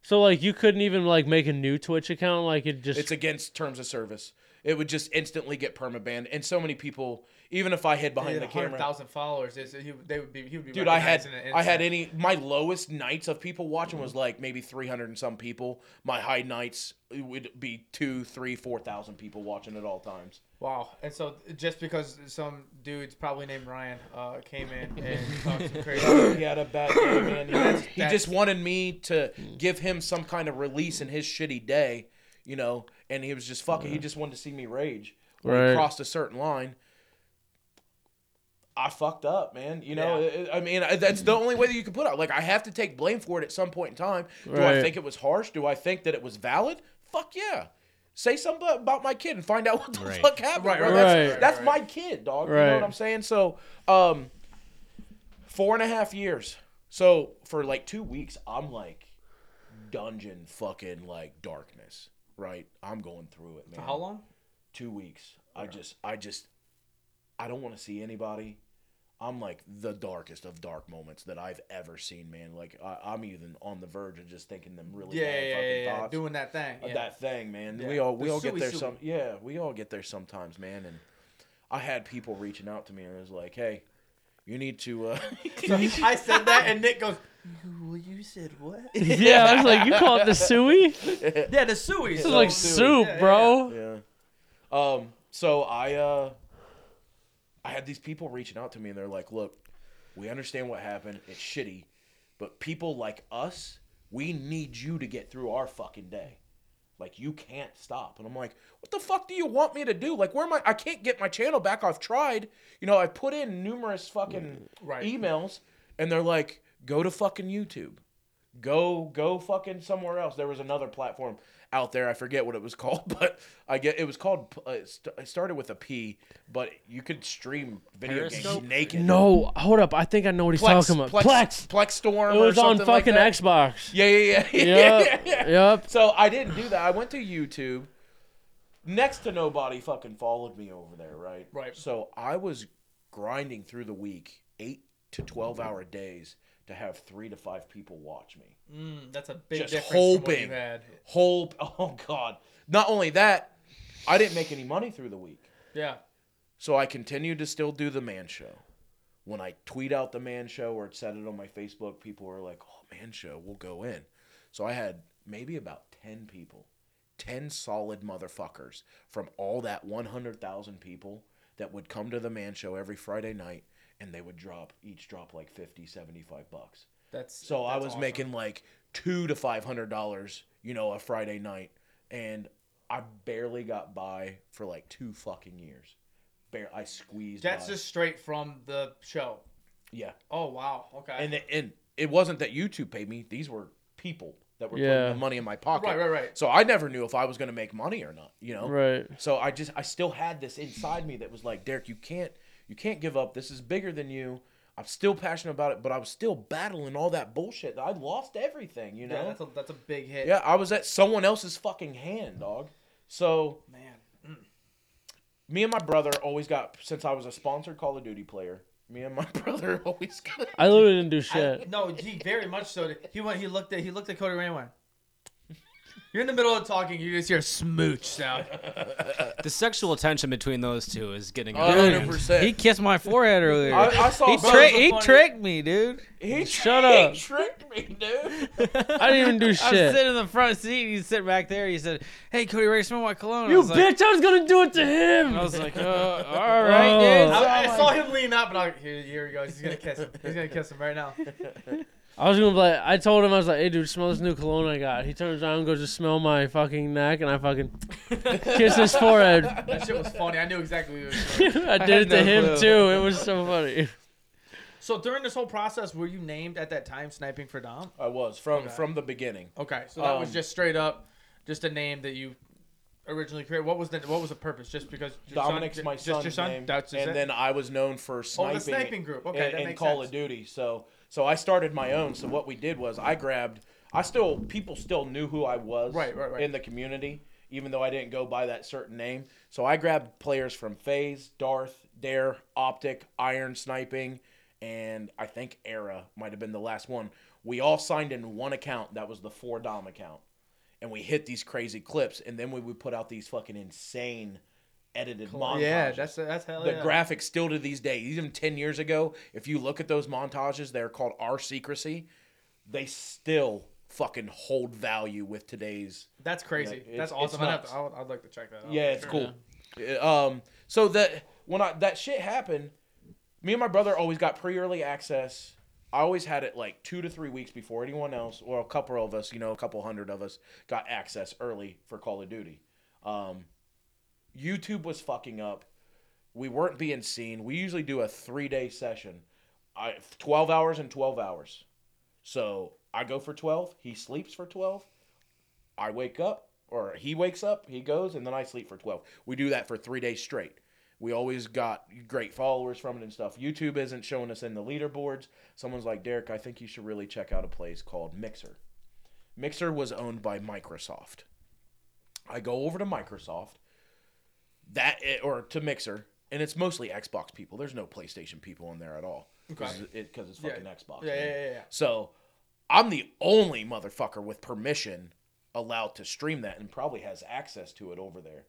So like you couldn't even like make a new Twitch account like it just
<laughs>
it's against terms of service. it would just instantly get permabanned. And so many people, even if I hid
He
behind
had
the camera,
100,000 followers. It's, he, they would be, he would be
dude, I
recognized
had
in an
I had
instant.
any my lowest nights of people watching was like maybe three hundred and some people. My high nights it would be two, three, four thousand people watching at all times.
Wow. And so just because some dudes, probably named Ryan, uh, came in and talked some
<laughs>
crazy
<coughs> He had a bad day, man. He, he
That's-
just wanted me to give him some kind of release in his shitty day, you know. And he was just fucking. He just wanted to see me rage. When
Right.
he crossed a certain line, I fucked up, man. You know,
Yeah.
I I mean, I- that's the only way that you can put it. Like, I have to take blame for it at some point in time. Do I
Right.
think it was harsh? Do I think that it was valid? Fuck yeah. Say something about my kid and find out what the
Right.
fuck happened.
Right,
bro.
right,
That's,
right,
that's
right.
my kid, dog. You know
Right.
what I'm saying? So, um, four and a half years. So for like two weeks, I'm like dungeon fucking like darkness, right? I'm going through it, man.
For how long?
Two weeks. I just, I just, I don't want to see anybody. I'm like the darkest of dark moments that I've ever seen, man. Like I, I'm even on the verge of just thinking them really
Yeah,
bad
yeah,
fucking
yeah, yeah,
thoughts
Doing that thing.
of
Yeah.
that thing, man.
Yeah.
We all we
The
all get
suey
there
suey.
some yeah, we all get there sometimes, man. And I had people reaching out to me and it was like, Hey, you need
<laughs>
to uh <laughs>
I said that, and Nick goes,
<laughs> yeah, I was like, you call it
<laughs>
the suey?
<laughs> "Yeah, the suey."
This is like soup, bro.
Yeah. Um, so I uh I had these people reaching out to me and they're like, Look, we understand what happened, it's shitty, but people like us, we need you to get through our fucking day. Like you can't stop. And I'm like, what the fuck do you want me to do? Like where am I I can't get my channel back. I've tried. You know, I put in numerous fucking
Right.
emails and they're like, go to fucking YouTube go go fucking somewhere else there was another platform out there i forget what it was <laughs> called but i get it was called uh, it st- it started with a p but you could stream video
Periscope?
games naked
No, hold up. I think I know what he's
plex
talking about. Plex.
plex, Plex storm
It was
or
on
something like
fucking
that.
Xbox.
yeah yeah yeah, yeah, <laughs> yeah,
Yep.
yeah.
yep.
So I didn't do that. I went to YouTube. Next to nobody fucking followed me over there, right?
Right.
So I was grinding through the week, eight to twelve hour days, to have three to five people watch me.
Mm, that's a big
Just
difference hoping. what
hoping.
you had.
Whole <laughs> oh god. Not only that, I didn't make any money through the week.
Yeah,
So I continued to still do the man show. When I tweet out the man show or said it on my Facebook, people were like, "Oh, man show, we'll go in." So I had maybe about 10 people, 10 solid motherfuckers from all that 100,000 people that would come to the man show every Friday night and they would drop each drop like 50, 75 bucks.
that's
So I
that's
was
awesome.
making like two to five hundred dollars, you know, a Friday night, and I barely got by for like two fucking years. Bare, I squeezed.
That's
by.
just straight from the show.
yeah,
Oh wow, okay.
and it, and it wasn't that YouTube paid me; these were people that were
Yeah.
putting the money in my pocket.
Right, right, right.
So I never knew if I was going to make money or not. You know,
Right.
so I just I still had this inside me that was like, Derek, you can't you can't give up. This is bigger than you. I'm still passionate about it, but I was still battling all that bullshit. I lost everything, you know.
yeah, that's a that's a big hit.
Yeah, I was at someone else's fucking hand, dog. So
man.
me and my brother always got since I was a sponsored Call of Duty player. Me and my <laughs> brother always got.
I literally didn't do
I-
shit.
no, he very much so. did. He went. He looked at. He looked at Cody Ray and went. You're in the middle of talking. You just hear a smooch
<laughs>
sound.
The sexual tension between those two is getting.
A hundred percent.
He kissed my forehead earlier.
I, I saw.
he,
bro,
tri-
it was a
he
funny-
tricked me, dude.
he,
Shut
he
up.
tricked me, dude.
<laughs> I didn't even do
I
shit.
was sitting in the front seat. and He's sitting back there. He said, "Hey, Cody Ray, smell my cologne." I
you
was Like,
bitch! I was gonna do it to
I
him.
was like, uh, "All right,
Oh.
dude."
I, I saw him lean up, and I here, here he goes. He's gonna kiss him. He's gonna kiss him right now.
I was gonna be like, I told him I was like, hey dude, smell this new cologne I got. He turns around and goes to smell my fucking neck, and I fucking kiss his forehead. <laughs>
That shit was funny. I knew exactly what he was doing.
I did it to
had no
him
clue.
too. It was so funny.
So during this whole process, were you named at that time sniping for Dom?
I was from
Okay.
from the beginning.
Okay, so that was
Um,
just straight up, just a name that you originally created. What was the what was the purpose? Just because your son-
Dominic's
ju-
my
just
son's
your son?
name,
That's just
and
it?
then I was known for sniping.
the sniping group. Okay,
in,
that
in
makes
Call
sense.
of Duty. So so I started my own. So what we did was I grabbed. I still people still knew who I was.
Right, right, right.
In the community, even though I didn't go by that certain name. So I grabbed players from Phase, Darth, Dare, Optic, Iron Sniping, and I think Era might have been the last one. We all signed in one account. That was the Four Dom account and we hit these crazy clips and then we would put out these fucking insane edited montages.
Yeah, that's that's hell
the
yeah.
graphics still to these days, even 10 years ago, if you look at those montages, they're called Our Secrecy. They still fucking hold value with today's.
that's crazy.
Yeah,
that's
it's-
awesome.
it's
I'd, have
nuts.
to, I would, I'd like to check that out.
Yeah,
for
it's
sure.
cool. Uh, Um, so that when I that shit happened, me and my brother always got pre early access. I always had it like two to three weeks before anyone else, or a couple of us, you know, a couple hundred of us got access early for Call of Duty. Um, YouTube was fucking up. We weren't being seen. We usually do a three day session, I twelve hours and twelve hours. So I go for twelve. He sleeps for twelve. I wake up, or he wakes up, he goes, and then I sleep for twelve. We do that for three days straight. We always got great followers from it and stuff. YouTube isn't showing us in the leaderboards. Someone's like, Derek, I think you should really check out a place called Mixer. Mixer was owned by Microsoft. I go over to Microsoft, that eh, or to Mixer, and it's mostly Xbox people. There's no PlayStation people in there at all because
Okay.
it's
Yeah.
fucking Xbox.
Yeah, yeah,
man.
yeah, yeah.
So I'm the only motherfucker with permission allowed to stream that and probably has access to it over there.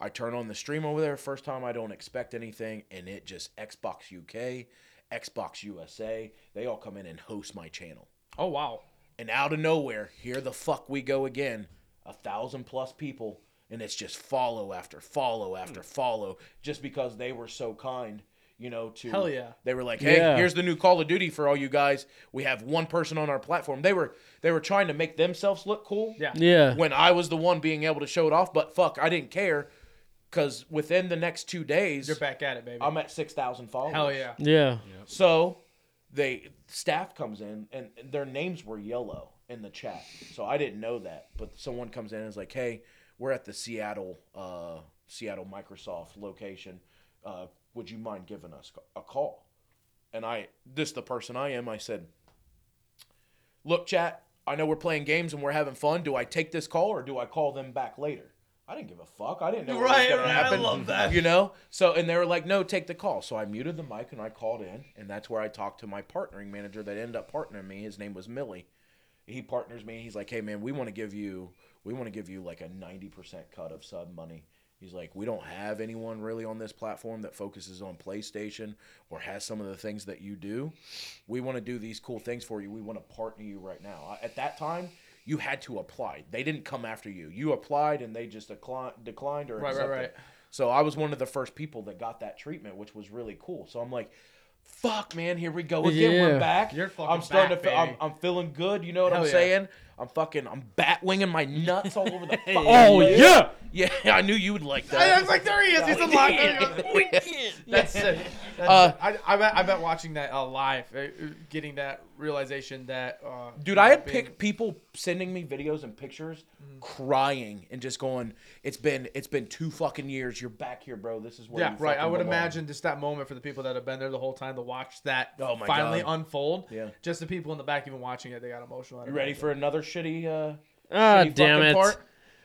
I turn on the stream over there first time I don't expect anything and it just Xbox UK, Xbox USA, they all come in and host my channel.
Oh wow.
And out of nowhere, here the fuck we go again. A thousand plus people, and it's just follow after follow
Hmm.
after follow, just because they were so kind, you know. To
Hell yeah.
they were like, hey,
Yeah.
here's the new Call of Duty for all you guys. We have one person on our platform. They were they were trying to make themselves look cool.
Yeah.
Yeah.
When I was the one being able to show it off, but fuck, I didn't care, because within the next two days,
You're back at it, baby.
I'm at six thousand followers.
Hell yeah.
Yeah.
So they staff comes in and their names were yellow in the chat. So I didn't know that, but someone comes in and is like, "Hey, we're at the Seattle uh, Seattle Microsoft location. Uh, would you mind giving us a call?" And I, this the person I am, I said, "Look, chat. I know we're playing games and we're having fun. Do I take this call or do I call them back later?" I didn't give a fuck. I didn't know what was
Right,
gonna
right, I
happen,
love that.
You know, so and they were like, "No, take the call." So I muted the mic and I called in, and that's where I talked to my partnering manager that ended up partnering me. His name was Millie. He partners me. He's like, "Hey, man, we want to give you, we want to give you like a ninety percent cut of sub money." He's like, "We don't have anyone really on this platform that focuses on PlayStation or has some of the things that you do. We want to do these cool things for you. We want to partner you right now." I- At that time. You had to apply. They didn't come after you. You applied and they just declined, declined or
Right, right,
accepted.
right.
So I was one of the first people that got that treatment, which was really cool. So I'm like, fuck, man, here we go again. We're
Yeah.
back.
You're fucking
I'm starting
back,
to. Fe- I'm,
baby.
I'm feeling good. You know what
Hell
I'm
yeah.
saying? I'm fucking. I'm batwinging my nuts all over
<laughs>
the. Fucking
Oh
place.
yeah.
yeah. <laughs> I knew you would like
Hey, I <laughs>
that.
was like, there he is. He's alive.
<laughs>
There he is. That's sick. That's
Uh,
sick. I, I, bet, I bet watching that uh, live, uh, uh, getting that realization that. Uh,
Dude, I had
being-
pic- people sending me videos and pictures,
Mm.
crying and just going, "It's been it's been two fucking years. You're back here, bro. This is where
Yeah,
you
right. I
fucking
would
belong."
imagine just that moment for the people that have been there the whole time to watch that
Oh my
finally
God.
unfold.
Yeah.
Just the people in the back even watching it, they got emotional.
You ready for another shitty? Uh,
Ah,
shitty
damn
fucking
it.
Part?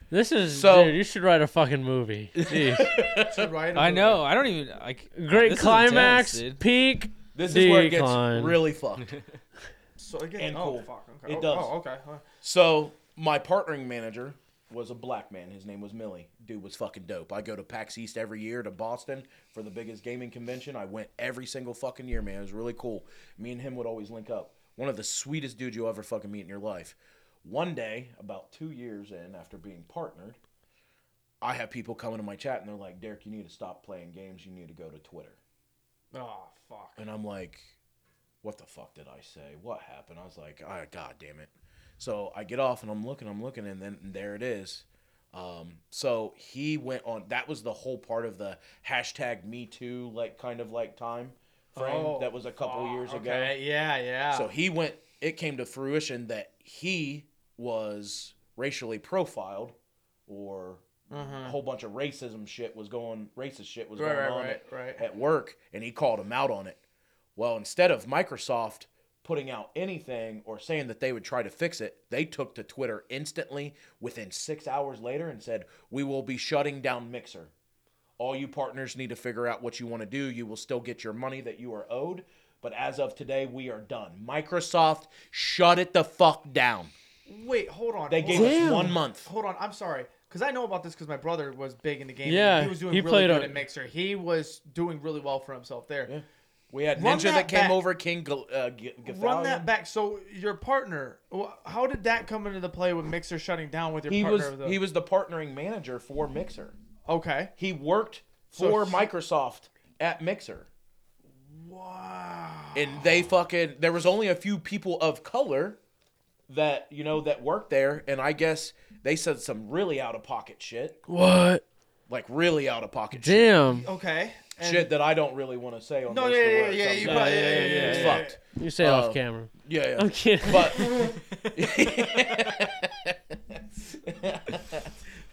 This is
So-
dude. You should write a fucking
<laughs>
movie. Jeez.
it? <laughs> Right?
I know. I don't even like.
Great
this is
climax,
intense, dude.
peak.
This is where it gets
Decline.
really fucked.
So again,
And
oh,
cool.
fuck. Okay.
It
oh,
does.
Oh, okay. Huh.
So my partnering manager was a black man. His name was Millie. Dude was fucking dope. I go to PAX East every year to Boston for the biggest gaming convention. I went every single fucking year, man. It was really cool. Me and him would always link up. One of the sweetest dudes you'll ever fucking meet in your life. One day, about two years in, after being partnered, I have people coming to my chat and they're like, Derek, you need to stop playing games. You need to go to Twitter.
Oh, fuck.
And I'm like, what the fuck did I say? What happened? I was like, ah, god damn it. So I get off and I'm looking, I'm looking, and then there it is. Um, so he went on. That was the whole part of the hashtag Me Too, like kind of like time frame
Oh,
that was a couple
fuck.
years ago.
Okay. Yeah, yeah.
So he went. It came to fruition that he was racially profiled, or a whole bunch of racism shit was going. Racist shit was
Mm-hmm. right,
going
right,
on
right, right.
at work and he called him out on it. Well, instead of Microsoft putting out anything or saying that they would try to fix it, they took to Twitter instantly within six hours later and said, We will be shutting down Mixer. All you partners need to figure out what you want to do. You will still get your money that you are owed. But as of today, we are done. Microsoft, shut it the fuck down.
Wait, hold on.
They
hold
gave
on.
us one month.
Hold on, I'm sorry. because I know about this because my brother was big in the game.
Yeah,
he was doing
he
really
played
good
a-
at Mixer. He was doing really well for himself there.
We had
Run
Ninja
that
that came
back.
over, King Gal- uh, G-
Run
Gathalion.
that back. So your partner, wh- how did that come into the play with Mixer shutting down with your
He was
partner? though?
he was the partnering manager for Mixer.
okay.
He worked
So
for
he-
Microsoft at Mixer,
Wow.
and they fucking there was only a few people of color that you know that worked there, and I guess they said some really out of pocket shit,
What?
like really out of pocket shit,
Damn.
Okay. And-
shit that I don't really want to say on
No,
this
yeah,
for
yeah, yeah,
words,
yeah,
I'm
you
sorry.
probably- yeah, yeah, yeah,
It's
yeah, yeah,
fucked.
You say
Uh,
off camera.
Yeah, yeah.
I'm kidding. <laughs>
But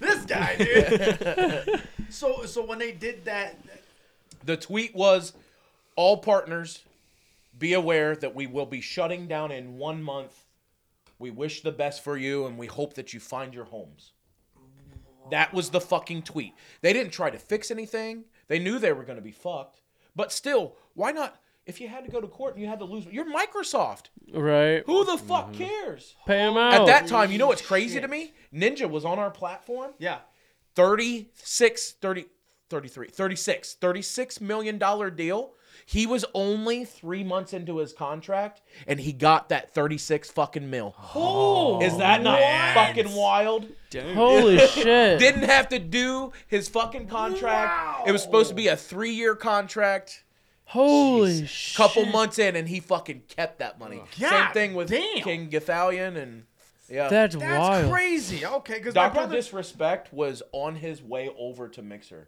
This guy, dude.
<laughs>
so, so when they did that,
the tweet was, "All partners, be aware that we will be shutting down in one month. We wish the best for you, and we hope that you find your homes." That was the fucking tweet. They didn't try to fix anything. They knew they were going to be fucked. But still, why not? If you had to go to court and you had to lose, you're Microsoft.
Right.
Who the fuck cares?
Pay him out.
At that time, you know what's crazy to me? Ninja was on our platform.
yeah,
36 30 33 36 36 million dollar deal he was only three months into his contract and he got that 36 fucking mil
Oh,
is that not
man.
fucking wild <laughs>
Holy shit.
didn't have to do his fucking contract it was supposed to be a three-year contract
Holy shit.
couple months in and he fucking kept that money same
God
thing with
damn.
king Gathalion and yeah
That's,
that's
wild.
crazy. Okay, because my
Dr.
brother,
Disrespect was on his way over to Mixer.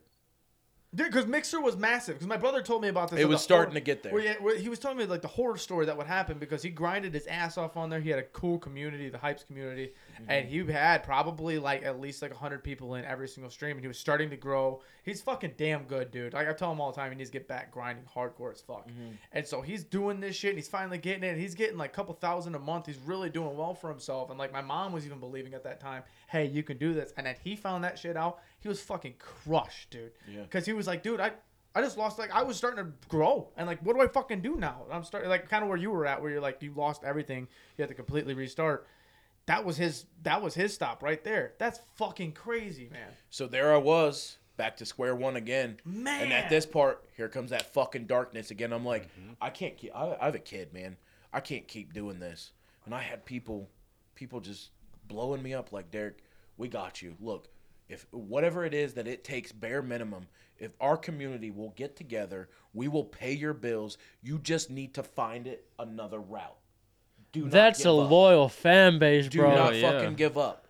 because Mixer was massive. Because my brother told me about this.
It
of
was
the
starting to get there.
Well, yeah, well, he was telling me like the horror story that would happen because he grinded his ass off on there. He had a cool community, the hypes community, and he had probably like at least like hundred people in every single stream, and he was starting to grow. He's fucking damn good, dude. Like I tell him all the time, he needs to get back grinding hardcore as fuck. And so he's doing this shit, and he's finally getting it. and he's getting like a couple thousand a month. He's really doing well for himself. And like my mom was even believing at that time, hey, you can do this. And then he found that shit out. He was fucking crushed, dude.
Yeah.
Because he was like, dude, I I just lost like I was starting to grow and like what do I fucking do now? I'm starting like kind of where you were at where you're like you lost everything, you had to completely restart. That was his that was his stop right there. That's fucking crazy, man.
So there I was, back to square one again.
Man.
And at this part, here comes that fucking darkness again. I'm like, I can't keep. I, I have a kid, man. I can't keep doing this. And I had people, people just blowing me up like, Derek, we got you. Look, if whatever it is that it takes, bare minimum. If our community will get together, we will pay your bills. You just need to find it another route. Do not
That's
give
a
up.
loyal fan base,
Do
bro.
not
yeah.
fucking give up.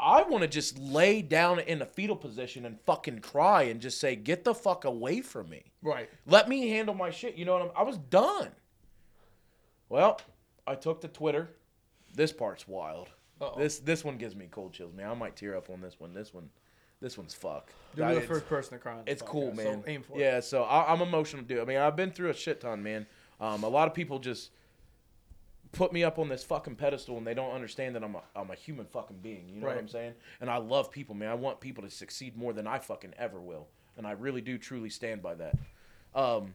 I want to just lay down in a fetal position and fucking cry and just say, get the fuck away from me.
Right.
Let me handle my shit. You know what I'm? I was done. Well, I took to Twitter. This part's wild.
Uh-oh.
This this one gives me cold chills, man. I might tear up on this one. This one, this one's fuck.
You're
I-
the
it's-
first person to cry. on the
it's cool,
podcast,
man.
So aim for it.
yeah, so I, I'm emotional, dude. I mean, I've been through a shit ton, man. Um, a lot of people just put me up on this fucking pedestal, and they don't understand that I'm a I'm a human fucking being. You know
Right.
what I'm saying? And I love people, man. I want people to succeed more than I fucking ever will, and I really do truly stand by that. Um,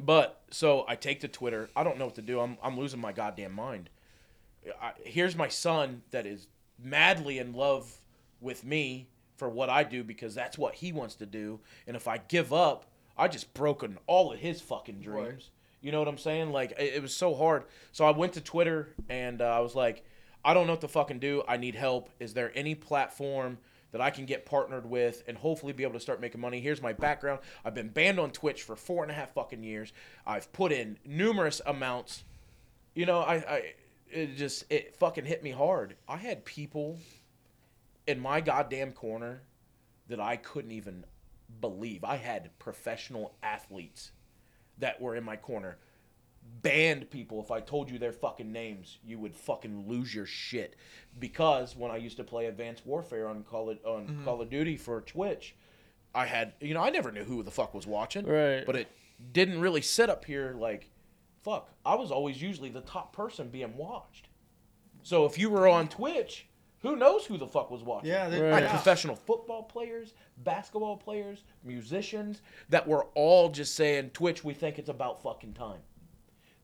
but so I take to Twitter. I don't know what to do. I'm I'm losing my goddamn mind. I, here's my son that is madly in love with me for what I do because that's what he wants to do. And if I give up, I just broken all of his fucking dreams. You know what I'm saying? Like it, it was so hard. So I went to Twitter and uh, I was like, I don't know what to fucking do. I need help. Is there any platform that I can get partnered with and hopefully be able to start making money? Here's my background. I've been banned on Twitch for four and a half fucking years. I've put in numerous amounts you know, I, I it just it fucking hit me hard. I had people in my goddamn corner that I couldn't even believe. I had professional athletes that were in my corner. Banned people. If I told you their fucking names, you would fucking lose your shit. Because when I used to play Advanced Warfare on Call of, on
Mm-hmm.
Call of Duty for Twitch, I had you know I never knew who the fuck was watching.
Right.
But it didn't really sit up here like, fuck. I was always usually the top person being watched. So if you were on Twitch, who knows who the fuck was watching?
Yeah, they-
I had
Right.
professional football players, basketball players, musicians that were all just saying, Twitch, we think it's about fucking time.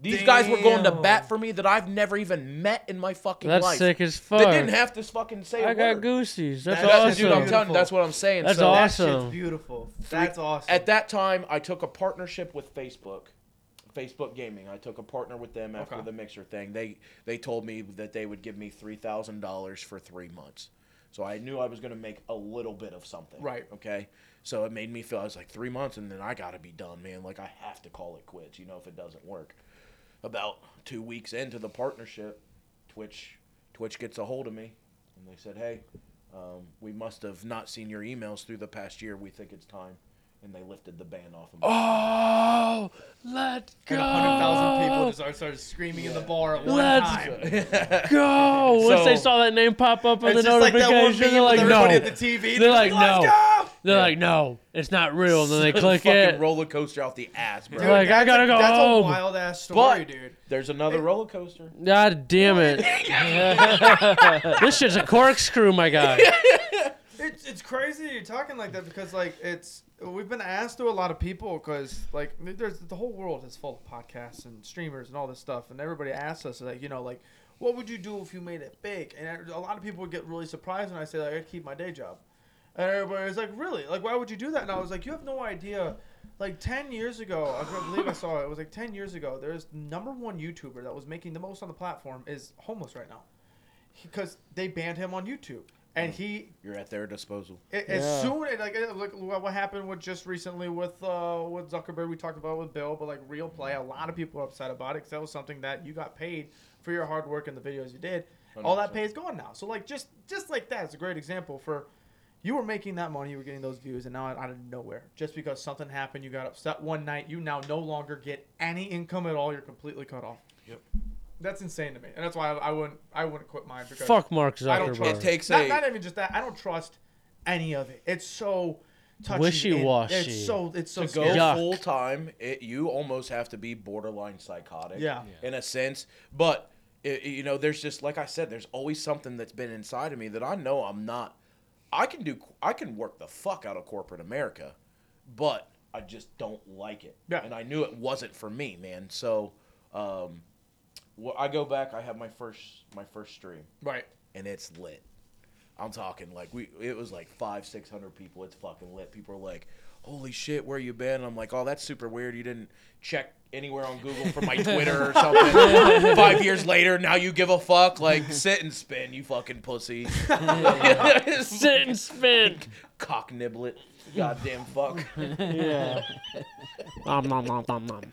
These guys were going to
Damn.
bat for me that I've never even met in my fucking
That's
life.
sick as
They
fuck.
didn't have to fucking say a
I got
word.
goosies. That's,
That's-
awesome.
Dude, I'm
Beautiful.
telling you, that's what I'm saying.
That's
so,
awesome.
That shit's beautiful. That's awesome.
At that time, I took a partnership with Facebook, Facebook Gaming. I took a partner with them after
Okay.
the mixer thing. They they told me that they would give me three thousand dollars for three months, so I knew I was going to make a little bit of something.
Right.
Okay. So it made me feel I was like three months, and then I got to be done, man. Like I have to call it quits, you know, if it doesn't work. About two weeks into the partnership, Twitch Twitch gets a hold of me, and they said, "Hey, um, we must have not seen your emails through the past year. We think it's time." And they lifted the ban off of me.
Oh, let
and 100,000 people
go.
just are- started screaming in the bar at one
Let's
time.
Go. Once they
<laughs> So-
saw that name pop up on
It's
the
just like that one
notification,
meme
they're
with
like,
everybody
no.
at the TV.
They're like,
"Let's
no.
go!"
They're like, no, it's not real. And then
<laughs>
they click
fucking
it.
roller coaster off the ass, bro.
Like, I
that's
gotta
a-
go
That's
home.
a wild ass story,
but
dude.
there's another roller coaster.
God damn
<laughs>
it. <laughs> this shit's a corkscrew, my
<laughs>
guy.
It's it's crazy that you're talking like that because like it's we've been asked to a lot of people because like there's the whole world is full of podcasts and streamers and all this stuff and everybody asks us like you know like what would you do if you made it big and a lot of people would get really surprised when I say like I'd keep my day job and everybody was like really like why would you do that and I was like you have no idea like 10 years ago I can't believe I saw it it was like 10 years ago there's number one YouTuber that was making the most on the platform is homeless right now because they banned him on YouTube. And he
You're at their disposal.
it, As soon as like, it- like what what happened with just recently with uh, with Zuckerberg, we talked about with Bill, but like real play, a lot of people are upset about it because that was something that you got paid for your hard work and the videos you did. All that
100%.
pay is gone now. So like just just like that, it's a great example for you were making that money, you were getting those views, and now out out of nowhere, just because something happened, you got upset one night, you now no longer get any income at all. You're completely cut off.
Yep.
That's insane to me, and that's why I, I wouldn't I wouldn't quit mine because
Fuck Mark
I don't
Zuckerberg.
trust.
It takes
not,
a-
not even just that. I don't trust any of it. It's so touchy.
Wishy-washy.
and- It's so it's so
To go
scary.
Yuck.
full time, it, you almost have to be borderline psychotic.
Yeah.
In a sense, but i you know, there's just like I said, there's always something that's been inside of me that I know I'm not. I can do. I can work the fuck out of corporate America, but I just don't like it.
Yeah.
And I knew it wasn't for me, man. So, um, well, I go back. I have my first my first stream.
Right.
and it's lit. I'm talking like we it was like five, six hundred people. It's fucking lit. People are like, Holy shit, where you been? I'm like, Oh, that's super weird. You didn't check anywhere on Google for my Twitter or something. Five years later, now you give a fuck. Like, sit and spin, you fucking pussy. <laughs>
Sit and spin.
Cock niblet. Goddamn fuck.
Yeah. nom, nom, nom, nom, nom.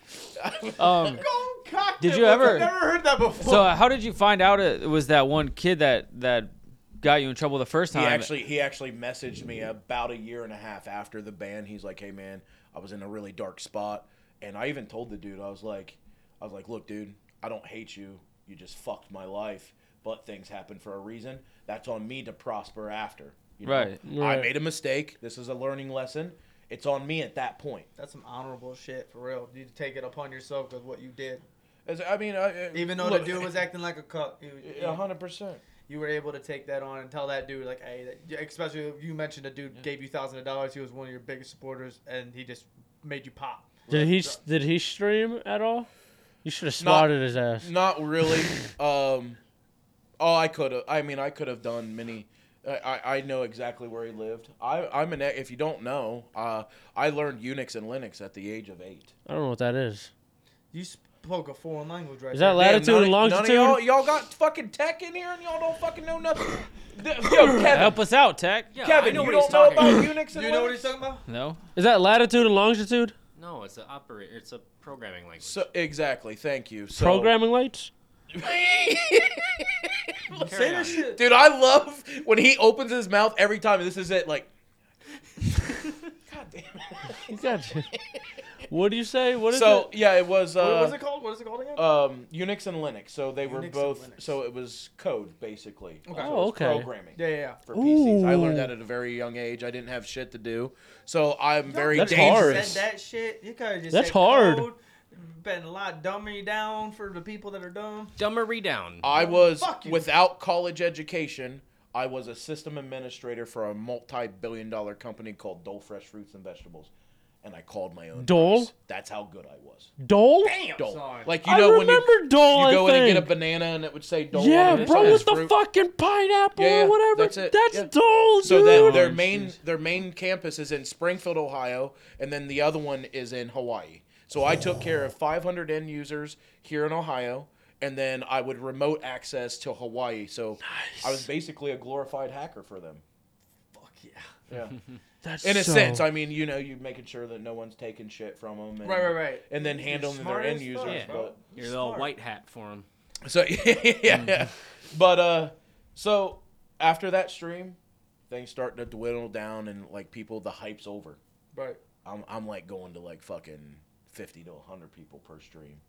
Um,
Go cock
Did you
niblets.
ever-
I've never heard that before.
so uh, how did you find out it was that one kid that that got you in trouble the first
He
time?
actually he actually messaged me about a year and a half after the ban. He's like, "Hey man, I was in a really dark spot." And I even told the dude, I was like, I was like, "Look, dude, I don't hate you. You just fucked my life, but things happen for a reason. That's on me to prosper after." You know?
Right.
Right.
I made a mistake. This is a learning lesson. It's on me at that point.
that's some honorable shit for real. You take it upon yourself with what you did,
As- I mean, I, I-
even though
look, eh,
the dude was acting like a cuck. You, you-
a hundred percent.
you were able to take that on and tell that dude like, hey, that, especially if you mentioned a dude gave you thousands of dollars. He was one of your biggest supporters, and he just made you pop.
Did he did he stream at all? You should have swatted his ass.
Not really. um, oh, I could have. I mean, I could have done many. I, I I know exactly where he lived. I, I'm an. If you don't know, uh, I learned Unix and Linux at the age of eight.
I don't know what that is.
You spoke a foreign language, right?
Is that
there.
latitude
Damn,
and
none of-
longitude?
None of y'all, y'all got fucking tech in here, and y'all don't fucking
<coughs>
know nothing. Th- Yo, Kevin,
Help us out, Tech.
Yeah,
Kevin,
I know
you
what
don't
he's
know
talking
about Unix and
you
Linux.
know what he's talking about?
No,
Is that latitude and longitude?
no, it's a operate. It's a programming language.
So exactly. Thank you. So,
Programming lights?
<laughs>
Carry on.
Dude, I love when he opens his mouth every time. This is it.
<laughs>
Like, God damn it. <laughs>
Gotcha. what do you say? What is
so
it?
yeah, it was. Uh,
what was it called? What is it called again?
um, Unix and Linux. So they were
Unix and
both.
Linux.
So it was code basically.
Okay.
So it
Oh,
was
okay.
Programming.
yeah, yeah, yeah.
For PCs, I
Ooh.
learned that at a very young age. I didn't have shit to do, so I'm very
That's
Said
dangerous.
hard.
that shit. You could just
That's
said
hard.
Code, been a lot dummy down for the people that are dumb.
Dumbery down.
I was
Fuck you.
without college education. I was a system administrator for a multi-billion-dollar company called Dole Fresh Fruits and Vegetables. and I called my own.
Dole?
price. That's how good I was.
Dole?
Dole.
Son.
Like you
I
know when
remember
you,
Dole.
you go
I
in
think.
and get a banana and it would say Dole. on it.
yeah,
It's
bro,
all
with the
fruit.
fucking pineapple
Yeah, yeah,
or whatever.
that's
That's,
it, yeah.
Dole,
So
dude.
that their
Oh,
main
jeez.
their main campus is in Springfield, Ohio, and then the other one is in Hawaii. So I took care of 500 end users here in Ohio, and then I would remote access to Hawaii. So I was basically a glorified hacker for them.
Fuck yeah. <laughs>
Yeah,
That's
in a
so-
sense. I mean, you know, you making sure that no one's taking shit from them. And,
Right, right, right.
And then
You're
handling their
smart
end
as fuck,
users.
bro.
But
Your little white hat for <laughs> him.
So <laughs> yeah, yeah. but uh, so after that stream, things start to dwindle down, and like people, the hype's over.
Right.
I'm I'm like going to like fucking fifty to hundred people per stream,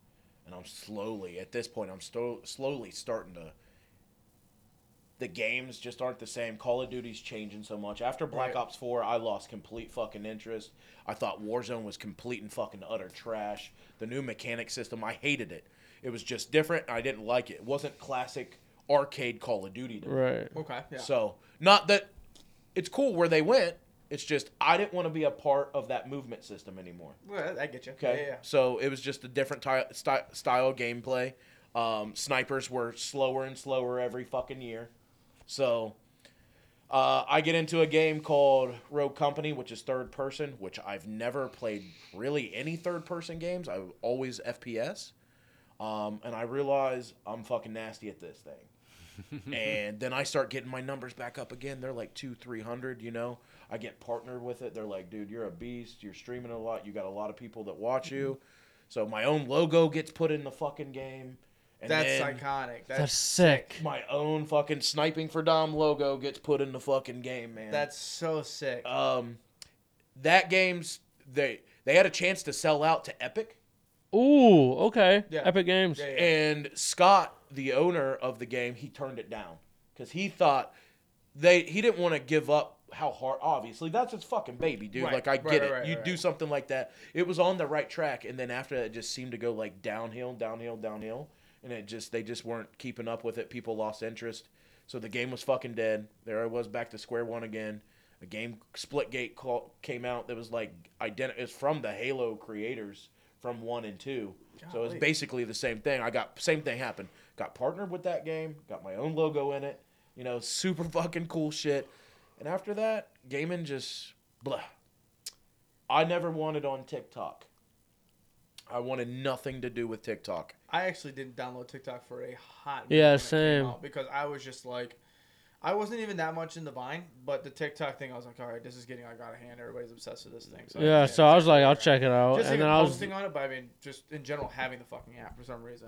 and I'm slowly at this point I'm sto- slowly starting to. The games just aren't the same. Call of Duty's changing so much. After Black
Right.
Ops Four, I lost complete fucking interest. I thought Warzone was complete and fucking utter trash. The new mechanic system, I hated it. It was just different. and I didn't like it. It wasn't classic arcade Call of Duty to me.
Right.
Okay. Yeah.
So not that it's cool where they went. It's just I didn't want to be a part of that movement system anymore.
Well, I get you.
Okay.
Yeah, yeah, yeah.
So it was just a different ty- sty- style gameplay. Um, snipers were slower and slower every fucking year. So uh, I get into a game called Rogue Company, which is third person, which I've never played really any third person games. I always FPS. Um, and I realize I'm fucking nasty at this thing and then I start getting my numbers back up again. They're like two, three hundred, you know. I get partnered with it. They're like, dude, you're a beast. You're streaming a lot. You got a lot of people that watch you. So my own logo gets put in the fucking game. And
That's
then
iconic. That's,
That's sick.
my own fucking sniping for Dom logo gets put in the fucking game, man.
that's so sick.
um that game's they they had a chance to sell out to Epic.
Ooh, okay.
Yeah.
Epic Games.
Yeah, yeah.
And Scott, the owner of the game, he turned it down because he thought they he didn't want to give up how hard. Obviously, that's his fucking baby, dude.
Right,
Like I
right, right,
get it.
right,
you
right.
do something like that. It was on the right track, and then after that, it just seemed to go like downhill, downhill, downhill, and it just they just weren't keeping up with it. People lost interest, so the game was fucking dead. There I was back to square one again. A game Splitgate call, came out that was like identi- It's from the Halo creators from one and two. So it was
Golly.
basically the same thing. I got same thing happened. Got partnered with that game. Got my own logo in it. You know, super fucking cool shit. And after that, gaming just blah. I never wanted on TikTok. I wanted nothing to do with TikTok.
I actually didn't download TikTok for a hot minute
Yeah,
when it came
same.
out because I was just like, I wasn't even that much in the vine, but the TikTok thing, I was like, all right, this is getting like out of hand. Everybody's obsessed with this thing. So
Yeah, so I was like, I'll check it out.
Just
Oh, and
even
then I was
posting on it, but I mean, just in general, having the fucking app for some reason.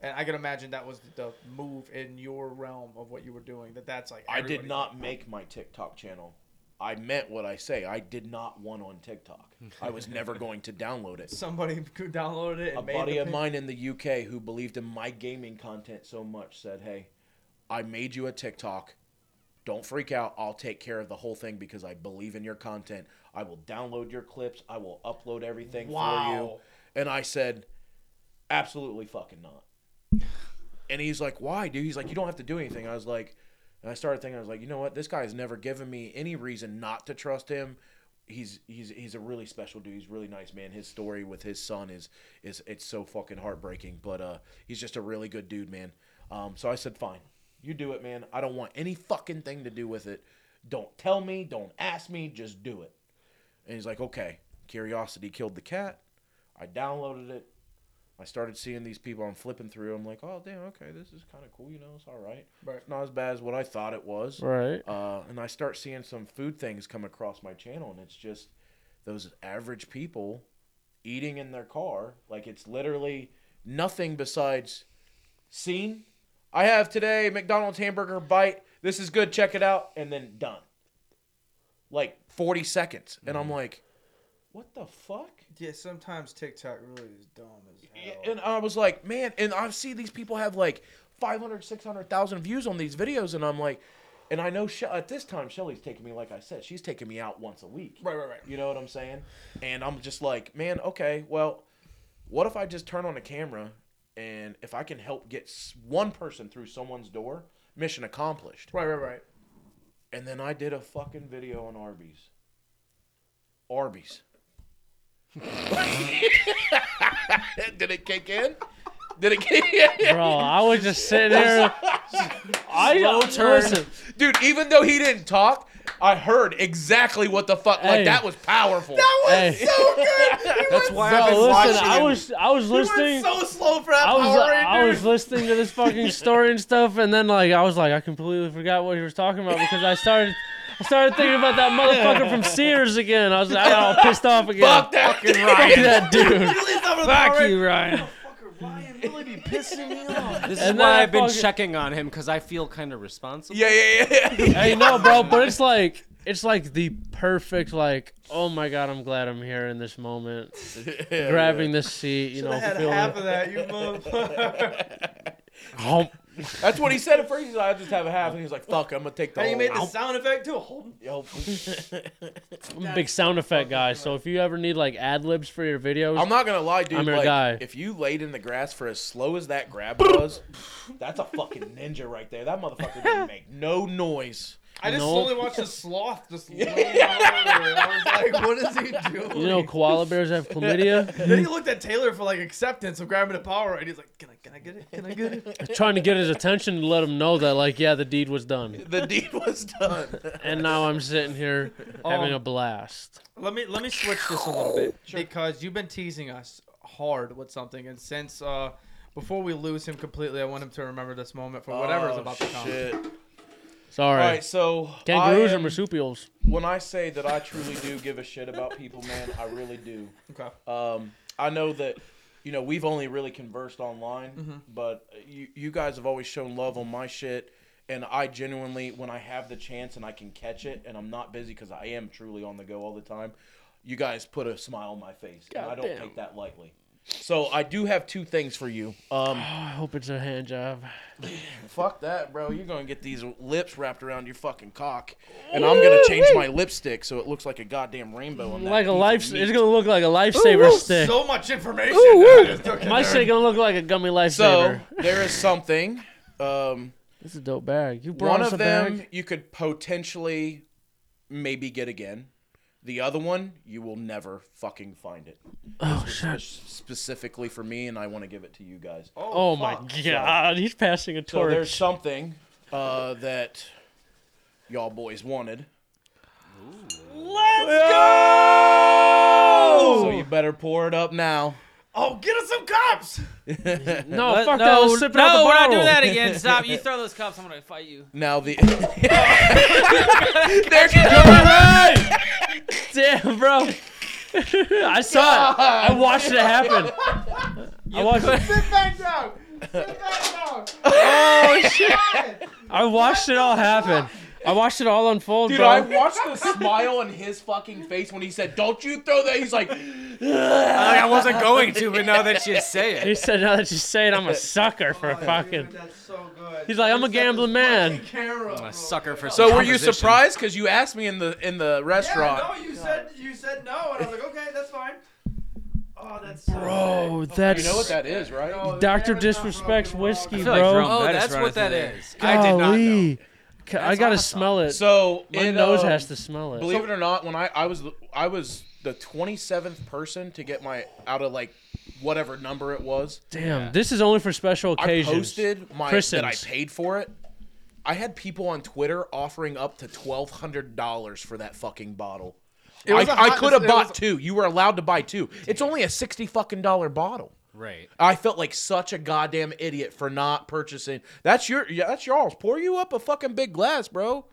And I can imagine that was the move in your realm of what you were doing. That that's like
I did
everybody's
not
like,
make my TikTok channel. I meant what I say. I did not want on TikTok. I was never going to download it.
Somebody who downloaded <laughs> it. And
A
made
buddy
the
of
pic-
mine in the UK who believed in my gaming content so much said, "Hey, I made you a TikTok. Don't freak out. I'll take care of the whole thing because I believe in your content. I will download your clips. I will upload everything for you."
Wow.
And I said, "Absolutely fucking not." And he's like, "Why, dude?" He's like, "You don't have to do anything." I was like, and I started thinking, I was like, "You know what? This guy's never given me any reason not to trust him. He's he's he's a really special dude. He's a really nice man. His story with his son is is it's so fucking heartbreaking, but uh, he's just a really good dude, man. Um, so I said, fine, you do it, man. I don't want any fucking thing to do with it. Don't tell me. Don't ask me. Just do it." And he's like, okay, curiosity killed the cat. I downloaded it. I started seeing these people. I'm flipping through. I'm like, oh, damn, okay, this is kind of cool. You know, it's all right.
Right.
It's not as bad as what I thought it was.
right.
Uh, and I start seeing some food things come across my channel, and it's just those average people eating in their car. Like, it's literally nothing besides scene. I have today McDonald's hamburger bite. This is good. Check it out. And then done. Like 40 seconds. And I'm like, what the fuck?
Yeah, sometimes TikTok really is dumb as hell.
And I was like, man, and I see these people have like 500, 600,000 views on these videos, and I'm like, and I know she- at this time, Shelly's taking me, like I said, she's taking me out once a week.
Right, right, right.
You know what I'm saying? And I'm just like, man, okay, well, what if I just turn on a camera and if I can help get s- one person through someone's door, mission accomplished.
Right, right, <laughs> right.
And then I did a fucking video on Arby's. <laughs> Arby's. Did it kick in? Did it kick in?
Bro, I was just sitting there. I listen.
Dude, even though he didn't talk, I heard exactly what the fuck. Like
Hey.
that was powerful. That
Hey,
<laughs>
That's why
bro,
I've been
listen. I
watching
was I was listening.
so slow for that
I was uh,
Power
I
Ranger.
was listening to this fucking story and stuff, and then like I was like I completely forgot what he was talking about because I started I started thinking about that motherfucker from Sears again. I was like, all pissed off again.
fuck that.
<laughs> Fuck that dude.
<laughs>
Fuck you, Ryan.
Ryan really be pissing me off.
And
This is
then
why
I
I've been
fucking-
checking on him because I feel kind of responsible.
Yeah, yeah, yeah.
Hey, no, bro, but it's like it's like the perfect like. Oh my god, I'm glad I'm here in this moment, grabbing this seat. You know,
I had
feeling
half of that, you motherfucker. <laughs>
Hump.
That's what he said at first. He's like, I just have a half, and he's like, "Fuck, I'm gonna take the
and you made the
whole."
sound effect too. Hold <laughs>
I'm a big sound effect guy, so if you ever need like ad libs for your videos,
I'm not gonna lie, dude.
I'm your
like,
guy.
If you laid in the grass for as slow as that grab was, that's a fucking ninja right there. That
<laughs>
motherfucker didn't make no noise.
I just
No.
slowly watched the sloth <laughs> just laying all over it. I was like, what is <laughs> he doing?
you know, koala bears have chlamydia.
then he looked at Taylor for like acceptance of grabbing the power, and he's like, "Can I, can I get it? Can I get <laughs> it?"
trying to get his attention to let him know that like yeah, the deed was done,
The <laughs> deed was done.
and now I'm sitting here having
Um,
a blast.
let me let me switch this a little <laughs> bit because you've been teasing us hard with something, and since uh, before we lose him completely, I want him to remember this moment for <laughs> whatever is
Oh,
about to come.
shit.
Sorry,
All right, so
kangaroos
I
or
am-
marsupials?
when I say that I truly do give a shit about people, man, I really do.
Okay.
Uh,
Um, I know that you know we've only really conversed online,
Mm-hmm.
but uh, you you guys have always shown love on my shit, and I genuinely, when I have the chance and I can catch it, and I'm not busy because I am truly on the go all the time, you guys put a smile on my face, and I don't
Goddamn.
take that lightly. So I do have two things for you.
Oh,
Um,
I hope it's a hand job.
fuck that, bro. You're gonna get these lips wrapped around your fucking cock, and I'm gonna change my lipstick so it looks like a goddamn rainbow. On that
Like a
piece of
life,
meat.
it's gonna look like a lifesaver stick.
So much information. I just took in
My
there.
shit gonna look like a gummy
So
lifesaver.
there is something. Um,
This is a dope bag. You brought
one
us a
of them
bag.
you could potentially maybe get again. The other one you will never fucking find it.
Oh shit!
Specifically for me, and I want to give it to you guys.
Oh my
fuck.
god, he's passing a
So there's
torch.
something uh, that y'all boys wanted. Let's go! So you better pour it up now.
Oh, get us some <laughs> cops.
no,
But
fuck
no,
that. I was sipping
no,
out the
we're not
bottle.
doing that again. Stop. You throw those cups, I'm gonna fight you.
Now the <laughs> there goes
Damn, bro. I saw it. I watched it happen. I watched. It.
Sit back down. Sit back
<laughs>
down.
Oh, I watched it all happen. I watched it all unfold,
Dude,
bro.
I watched the smile on his fucking face when he said, "Don't you throw that." He's like,
I wasn't going to, but now that you say
he
it,
said, "Now that you say it, I'm a sucker for fucking."
That's so good.
He's like, "I'm a gambling man."
Camera.
I'm a sucker for.
"So were you
composition.
surprised? Because you asked me in the in the restaurant."
Yeah, no, you said you said no, and I was like, okay, that's fine. Oh, that's so
Bro,
you
that's
know what that is, right?
No,
Doctor
the camera's not
disrespects
broken, we're all
whiskey,
good.
I feel like
Bro.
Jerome
Oh,
Bettis
that's
running
what
through
that
this. I did not know.
golly. Ca- I gotta
awesome.
smell it.
So
My
it,
nose
uh,
has to smell it.
Believe it or not, when I I was the- I was the 27th person to get my out of like whatever number it was.
Damn, this is only for special occasions.
I posted my that I
Christmas.
paid for it. I had people on Twitter offering up to twelve hundred dollars for that fucking bottle. I,
was a
I
hot-
could have
it
bought
was-
two. You were allowed to buy two. It's only a sixty fucking dollar bottle.
Right.
I felt like such a goddamn idiot for not purchasing. That's your yeah, that's yours. Pour you up a fucking big glass, bro.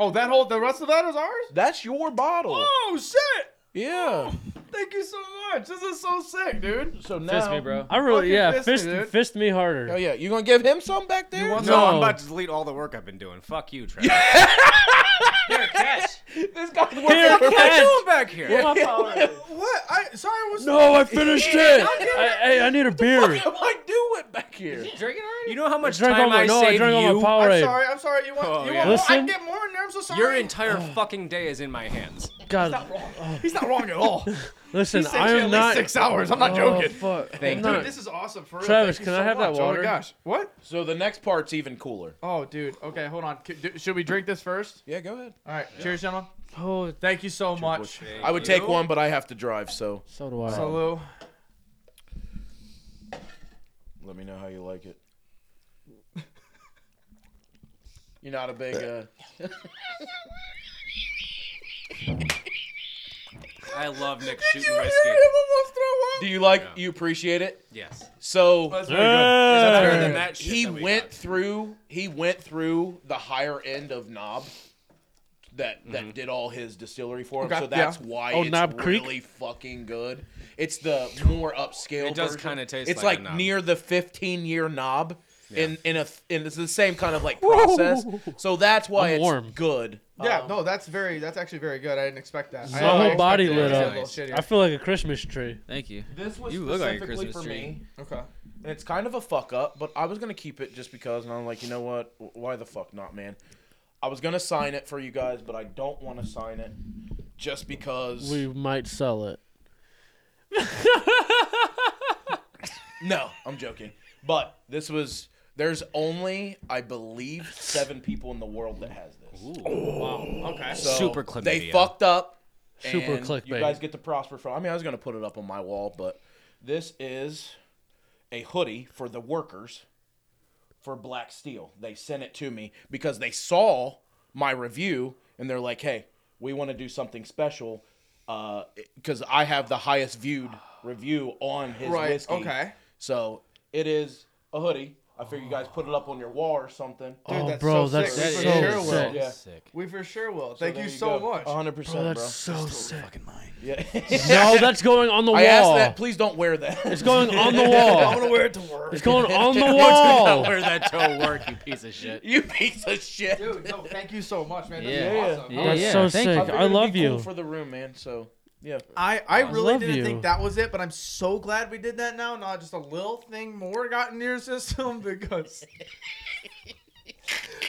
Oh, that whole the rest of that is ours.
That's your bottle.
Oh shit!
Yeah.
Thank you so much. This is so sick, dude.
So now
Um,
Fist me, bro.
I
Fucking
really, yeah,
fist
fist,
me,
fist,
dude.
me harder.
Oh yeah, you gonna give him some back there?
want
No, I'm
No.
about to delete all the work I've been doing. Fuck you, Trevor. Here, catch.
this guy's
Here,
working. <laughs>
What are you
catch.
doing back here?
What? I sorry, I was.
No, I finished it. I, hey, I need a beer.
<laughs> What am I doing back here?
Drinking already?
You know how much
Drink all
time
my
I
no, I
saved
drank all my
you?
I'm
Powerade.
sorry. I'm sorry. You want?
Oh,
you want more?
yeah.
I
Listen.
can get more in there. I'm so sorry.
Your entire fucking day is in my hands.
God,
He's not wrong at <laughs> all.
listen,
Sent
I
you
am
at
not.
least six hours. I'm not
oh,
joking.
<laughs> fuck.
Thank
I'm
you.
Dude,
not-
this is awesome. For real.
Travis,
Thank
can
you
I
so
have that
much. Oh
water?
my gosh. What?
So the next part's even cooler.
Oh, dude. Okay, hold on. C- do- Should we drink this first?
Yeah, go ahead.
All right. Cheers, gentlemen. Oh, thank you so much.
Thank
I would take
you.
one, but I have to drive, so
So do I.
So Lou,
let me know how you like it. You're not a big. Uh,
I love Nick shooting whiskey.
do you like?
Yeah.
You appreciate it?
Yes. <laughs>
So
that's very good.
That's
Hey.
better than that shit
he
that we
went
got.
through. He went through the higher end of Knob. That that
Mm-hmm.
did all his distillery for him,
Okay,
so that's
yeah.
why
Oh,
it's
Knob Creek?
really fucking good. It's the more upscale.
It does
version.
kinda taste
It's like,
like a knob.
near the 15 year Knob. In in a and it's the same kind of like process, so that's why
I'm
it's
warm.
good.
Yeah,
Um,
no, that's very. That's actually very good. I didn't expect that. I-
My
I
whole
expected
body
it to
lit
be a
up.
little shittier.
I feel like a Christmas tree.
Thank you.
This was
You look like a
specifically
Christmas
for
tree.
me,
Okay.
and it's kind of a fuck up, but I was gonna keep it just because, and I'm like, you know what? W- Why the fuck not, man? I was gonna sign it for you guys, but I don't want to sign it just because.
We might sell it.
No, I'm joking. But this was. There's only, I believe, seven people in the world that has this.
Okay.
So
Super clickbait.
They fucked up.
Super
and You
clickbait.
guys get to prosper from. I mean, I was gonna put it up on my wall, but this is a hoodie for the workers for Black Steel. They sent it to me because they saw my review and they're like, "Hey, we want to do something special." Because I have the highest viewed review on his
Right,
whiskey.
okay.
So it is a hoodie. I figure you guys put it up on your wall or something.
Dude,
oh,
that's
bro,
so
that's
sick.
so
We
That
for
is
sure will.
sick.
Yeah.
Sick.
We for sure will.
So
Thank
there
you so
go.
much.
100%,
Bro,
bro.
Oh, that's so sick.
Yeah.
No, that's going on the wall.
I asked that. Please don't wear that.
It's
<laughs>
going
<laughs>
on the wall.
to wear it to work.
It's going on the wall.
Wear that to work, Oh. you piece of shit.
you <laughs> piece of shit.
Dude, no, thank you so much, man. This
Yeah.
is
Yeah,
awesome.
yeah.
That's so
thank you.
sick.
figured
I
it'd be
love
cool
you.
for the room, man. So yeah,
I, I really
love
didn't
you.
think that was it, but I'm so glad we did that now. Not just a little thing more got in your system <laughs>
<laughs>
because,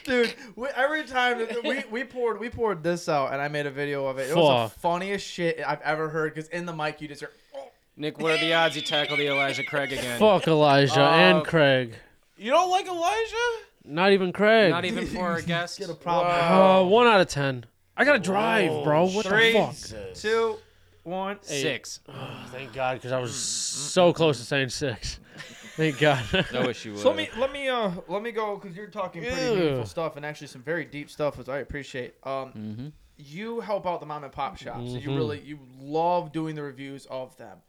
dude, we, every time that we, we poured we poured this out and I made a video of it. It was the
Fuck.
funniest shit I've ever heard because in the mic you just hear. "Oh."
Nick, what are the odds you tackle the Elijah Craig again?
Fuck Elijah
Uh,
and Craig.
you don't like Elijah?
Not even Craig.
Not even for a guest.
Get a problem.
Uh, one out of ten. I gotta drive, bro. What the fuck?
Two, one.
Six.
Thank God, because I was so close to saying six. <laughs> Thank God. <laughs>
I wish you would.
So let me let me uh let me go because you're talking pretty
Ew.
beautiful stuff and actually some very deep stuff which I appreciate. Um,
Mm-hmm.
you help out the mom and pop shops. and You
Mhm.
really you love doing the reviews of them.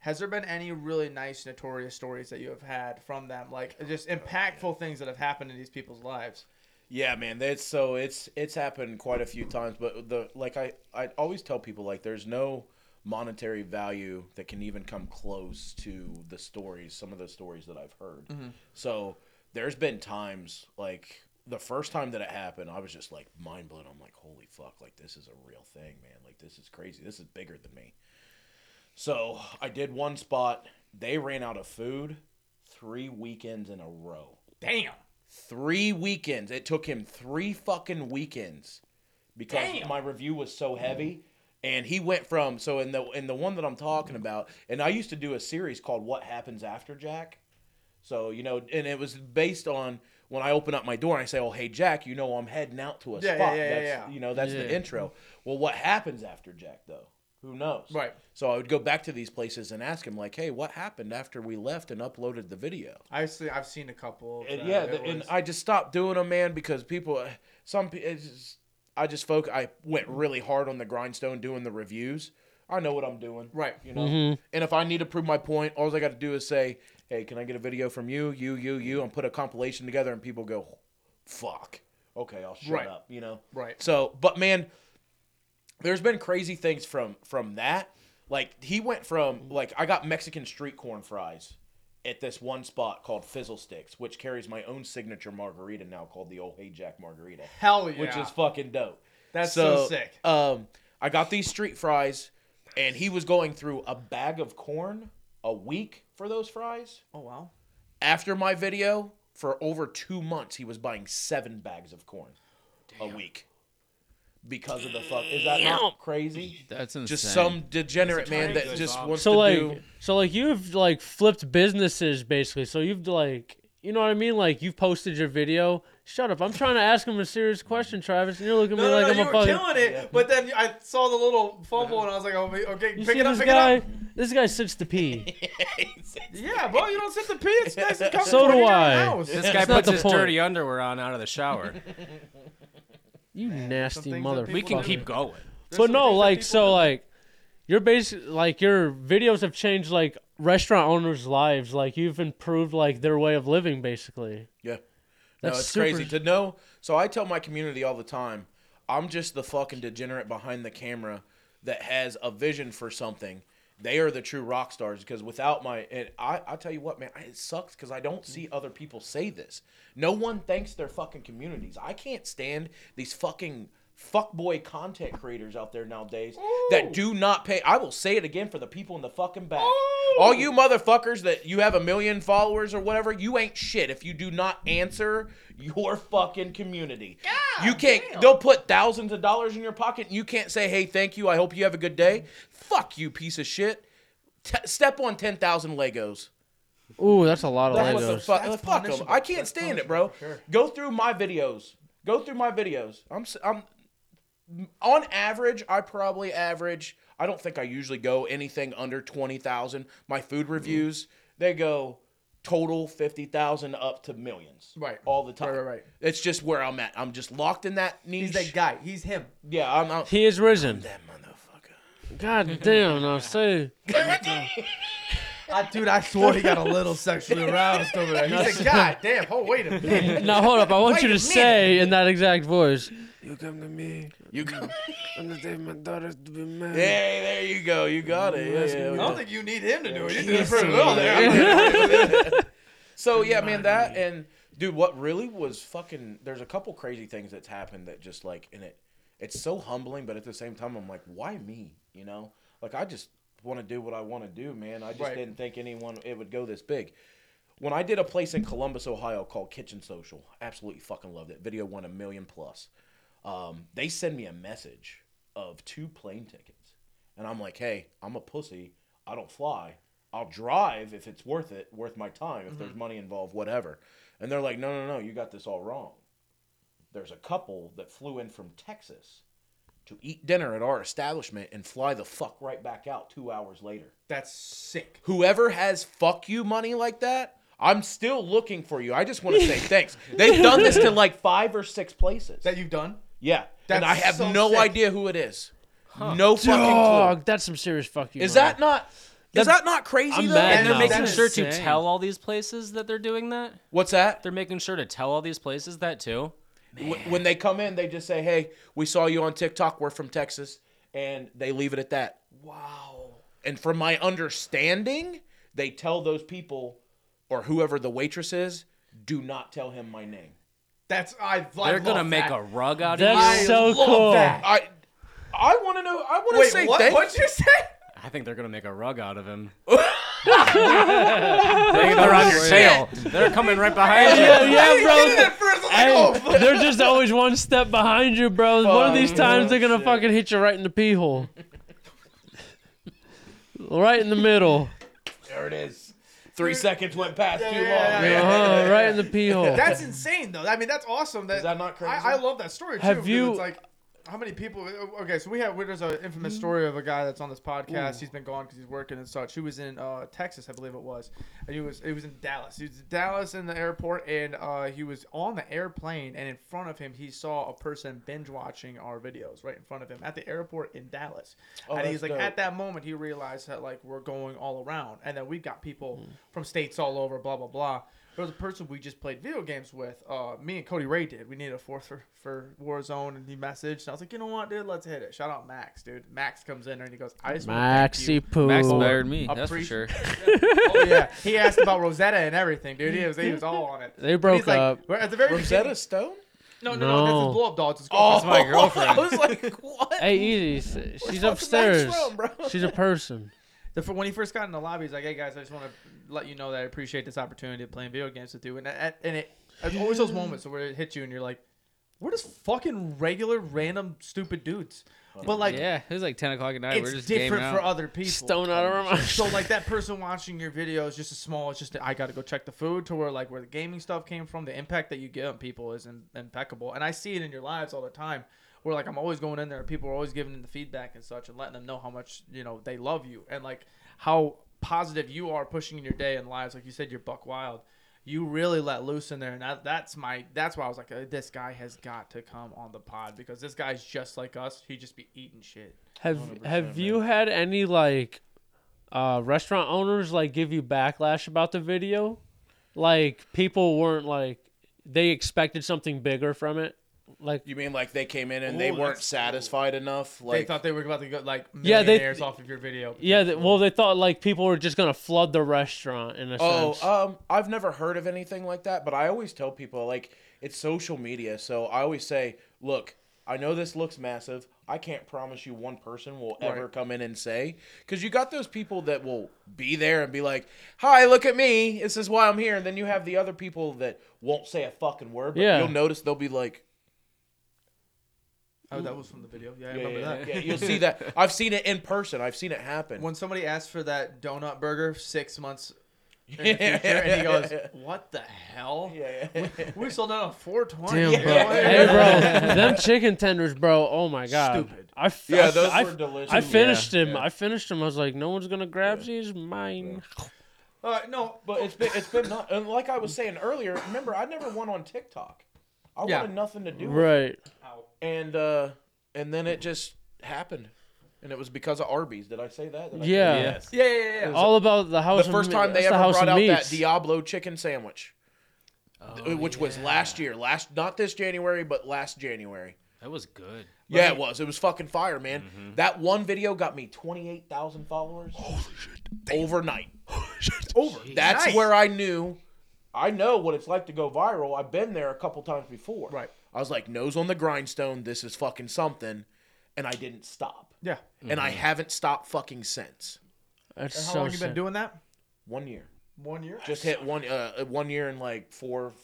Has there been any really nice notorious stories that you have had from them, like just impactful things that have happened in these people's lives?
Yeah, man. That's so it's it's happened quite a few times, but the like I I always tell people like there's no monetary value that can even come close to the stories, some of the stories that I've heard. So there's been times like the first time that it happened, I was just like mind blown. I'm like, holy fuck, like this is a real thing, man. Like this is crazy. This is bigger than me. So I did one spot. They ran out of food three weekends in a row
Damn.
three weekends. It took him three fucking weekends because my review was so heavy. And he went from so in the in the one that I'm talking about, and I used to do a series called "What Happens After Jack." So you know, and it was based on when I open up my door and I say, "Oh, hey Jack, you know I'm heading out to a
Yeah, yeah, yeah,
spot."
yeah,
that's,
yeah.
You know, that's the
Yeah.
intro. Well, what happens after Jack though? Who knows?
Right.
So I would go back to these places and ask him, like, "Hey, what happened after we left and uploaded the video?"
I've seen I've seen a couple. of
And
that.
yeah,
It
the, and
was-
I just stopped doing them, man, because people, uh, some, pe- it's just, I just folk, I went really hard on the grindstone doing the reviews. I know what I'm doing,
Right.
You know, and if I need to prove my point, all I got to do is say, "Hey, can I get a video from you, you, you, you?" and put a compilation together, and people go, "Fuck, okay, I'll shut
Right.
up," you know.
Right.
So, but man, there's been crazy things from from that. Like he went from like I got Mexican street corn fries at this one spot called Fizzle Sticks, which carries my own signature margarita now called the Old Hey Jack Margarita,
hell yeah.
which is fucking dope.
That's so sick.
Um, I got these street fries, and he was going through a bag of corn a week for those fries.
oh wow.
After my video, for over two months, he was buying seven bags of corn a week because of the fuck. Is that not crazy?
That's insane.
just some degenerate man that
good
just
bomb.
wants
so
to
like,
do.
so like, you've like flipped businesses basically. So you've like, you know what I mean? Like you've posted your video. Shut up! I'm trying to ask him a serious question, Travis, and you're looking at me
No, no,
like
no,
I'm
you
a
were
fucking.
killing it, but then I saw the little fumble and I was like, oh, okay,
You
pick
see
it up,
this
pick
guy?
it up.
This guy sits to pee.
Yeah, bro, you don't sit the pee. It's nice
<laughs>
and comfortable.
So do
in your
I.
house.
This guy
That's not
puts
the
his
point.
dirty underwear on out of the shower. <laughs>
<laughs>
You nasty
things that
motherfucker.
we can
Fuck
keep
it.
going.
But no,
things that
like
people
so,
do.
like your basic, like your videos have changed like restaurant owners' lives. Like you've improved like their way of living, basically.
Yeah.
That's
no, it's
super-
crazy to know. So I tell my community all the time, I'm just the fucking degenerate behind the camera that has a vision for something. They are the true rock stars because without my, and I, I tell you what, man, it sucks because I don't see other people say this. No one thanks their fucking communities. I can't stand these fucking fuckboy content creators out there nowadays that do not pay. I will say it again for the people in the fucking back. All you motherfuckers that you have a million followers or whatever, you ain't shit if you do not answer your fucking community. you can't. They'll put thousands of dollars in your pocket and you can't say, "Hey, thank you. I hope you have a good day." Fuck you, piece of shit. T- step on ten thousand Legos.
Ooh, that's a lot of
That's what the
Legos.
fuck.
That's
fuck 'em.
punishable.
I can't
That's
stand
punishable
it, bro.
for sure.
Go through my videos. Go through my videos. I'm s- I'm on average. I probably average. I don't think I usually go anything under twenty thousand. My
Mm-hmm.
food reviews they go total fifty thousand up to millions.
Right.
All the time.
Right, right, right.
It's just where I'm at. I'm just locked in that niche.
He's that guy. He's him.
<laughs>
yeah, I'm out.
He is risen.
That motherfucker.
God damn,
<laughs>
I say.
I, dude, I swore he got a little sexually aroused over there.
<laughs>
He's like, God damn. Oh, wait a minute.
Now hold up, I want you to
Wait a
say in that exact voice.
You come to me
<laughs>
You go.
on the day my daughter's to be married.
hey, there you go. You got it. Yeah, yeah,
I
yeah.
don't think you need him to do it. You did it pretty well there.
So yeah, man, that and dude, what really was fucking? There's a couple crazy things that's happened that just like in it, it's so humbling, but at the same time, I'm like, why me? You know, like I just want to do what I want to do, man. I just
Right.
didn't think anyone it would go this big. When I did a place in Columbus, Ohio called Kitchen Social, absolutely fucking loved it. Video won a million plus. Um, they send me a message of two plane tickets, and I'm like, hey, I'm a pussy. I don't fly. I'll drive if it's worth it, worth my time, if there's
Mm-hmm.
money involved, whatever. And they're like, no, no, no, you got this all wrong. There's a couple that flew in from Texas to eat dinner at our establishment and fly the fuck right back out two hours later.
<laughs> That's sick.
Whoever has fuck you money like that, I'm still looking for you. I just want
<laughs>
to say thanks. They've done this to like five or six places.
That you've done?
yeah.
That's
and I have
so
no
sick.
idea who it is. No fucking clue.
Dog, that's some serious fuck you.
Is
man.
that not is
That's-
that not crazy
I'm
though?
mad
And they're
No.
making
That is
sure to
insane.
tell all these places that they're doing that.
What's that?
They're making sure to tell all these places that too.
Wh- when they come in, they just say, "Hey, we saw you on TikTok. We're from Texas," and they leave it at that.
Wow.
And from my understanding, they tell those people or whoever the waitress is, "Do not tell him my name."
That's, I, I
They're gonna
love
make
that.
a rug out of
That's
you.
I
so
love
cool.
that.
<laughs> I I want to know. I want to
Wait,
say
what?
thank-
What'd you say?
I think they're gonna make a rug out of <laughs> him. they, are on your tail. They're coming right behind
Yeah,
you.
yeah,
I
bro.
did it at first. I was
Hey,
like,
<laughs>
oh,
they're just always one step behind you, bro. One of these times they're gonna fucking hit you right in the pee hole. <laughs> right in the middle.
There it is. Three seconds went past too long.
yeah, yeah, yeah. <laughs>
Uh-huh, right in the pee hole.
oh, <laughs> that's insane, though. I mean, that's awesome. That,
Is that not crazy?
I, I love that story, too.
Have
'cause
you-
It's like, how many people? Okay, so we have there's an infamous
Mm.
story of a guy that's on this podcast. He's been gone because he's working and such. He was in uh, Texas, I believe it was, and he was he was in Dallas. He was in Dallas in the airport, and uh, he was on the airplane, and in front of him he saw a person binge watching our videos right in front of him at the airport in Dallas. and he's
Oh, that's
like,
dope.
at that moment, he realized that like we're going all around, and that we've got people
Hmm.
from states all over, blah blah blah. There was a person we just played video games with. Uh, me and Cody Ray did. We needed a fourth for, for Warzone, and he messaged. And I was like, you know what, dude, let's hit it. Shout out Max, dude. Max comes in there and he goes, I just wanna thank you."
Maxi poo.
Max fired me.
A
That's for
priest-
sure.
Oh yeah, <laughs> he asked about Rosetta and everything, dude. He was he was all on it.
They
But
broke
he's like,
up.
we're at the very
Rosetta
beginning-
Stone?
No, no, no, that's
No.
his blow up dogs. His
Oh, <laughs>
girlfriend's
my girlfriend.
I was like, what?
Hey, easy. s- She's
the
upstairs.
next round, bro?
<laughs> She's a person.
The, fir- when he first got in the lobby, he's like, "Hey guys, I just want to let you know that I appreciate this opportunity of playing video games with you." And that- and it it's always those moments where it hits you and you're like, We're just fucking regular, random, stupid dudes. But like,
yeah, it was like 10 o'clock at night. We're
it's
just gaming
different for
out.
other people.
Stone out of our mind.
So like that person watching your video is just as small. It's just that I got to go check the food to where like where the gaming stuff came from. The impact that you get on people is im- impeccable, and I see it in your lives all the time. Where like I'm always going in there, people are always giving them the feedback and such, and letting them know how much you know they love you and like how positive you are pushing in your day and lives. Like you said, you're buck wild. You really let loose in there, and that, that's my that's why I was like, uh, this guy has got to come on the pod because this guy's just like us. He just be eating shit.
Have Have you had any like uh, restaurant owners like give you backlash about the video? Like people weren't like they expected something bigger from it. Like
You mean like they came in and they
Ooh,
weren't
that's-
satisfied enough?
they
Like
thought they were about to go like
Yeah, they-
millionaires off of your video.
yeah, th- well they thought like people were just gonna flood the restaurant in a
Oh,
sense.
um, I've never heard of anything like that, but I always tell people like it's social media, so I always say, look, I know this looks massive. I can't promise you one person will ever come in and say because you got those people that will be there and be like, "Hi, look at me. This is why I'm here." And then you have the other people that won't say a fucking word, but
Yeah.
you'll notice they'll be like,
Oh, that was from the video. Yeah, I
yeah,
remember
yeah,
that.
yeah, you'll see that. I've seen it in person. I've seen it happen. <laughs>
When somebody asked for that donut burger six months in
<laughs>
the future, and he goes, "What the hell?
yeah, yeah.
We sold out on 420."
Damn,
Yeah.
bro.
Yeah.
Hey, bro, them chicken tenders, bro. Oh my god.
Stupid.
I f-
<laughs> Yeah,
I f-
those
I
were
f-
delicious.
I finished
Yeah,
him.
yeah.
I finished him. I was like, no one's gonna grab these. Mine.
Uh, no,
But it's been it's been not, and like I was saying earlier. Remember, I never went on TikTok. I
Yeah.
wanted nothing to do. with it.
Right.
And uh, and then it just happened, and it was because of Arby's. Did I say that? Did I say
Yeah.
that?
yeah, yeah, yeah. yeah.
All about the house.
The
of
first
Me-
time they
that's the
ever
house
brought
of
out that
meats.
Diablo chicken sandwich, th- which was last year, last not this January, but last January.
That was good.
<laughs>
Yeah, it was. It was fucking fire, man.
Mm-hmm.
That one video got me twenty eight thousand followers. Holy shit! Overnight. Over. That's
Nice.
where I knew. I know what it's like to go viral. I've been there a couple times before.
Right.
I was like, nose on the grindstone. This is fucking something, and I didn't stop.
yeah.
And
Mm-hmm.
I haven't stopped fucking since.
That's
And how
so
long you been
sick.
doing that?
One year.
One year.
Just hit one. Uh, one year and like four,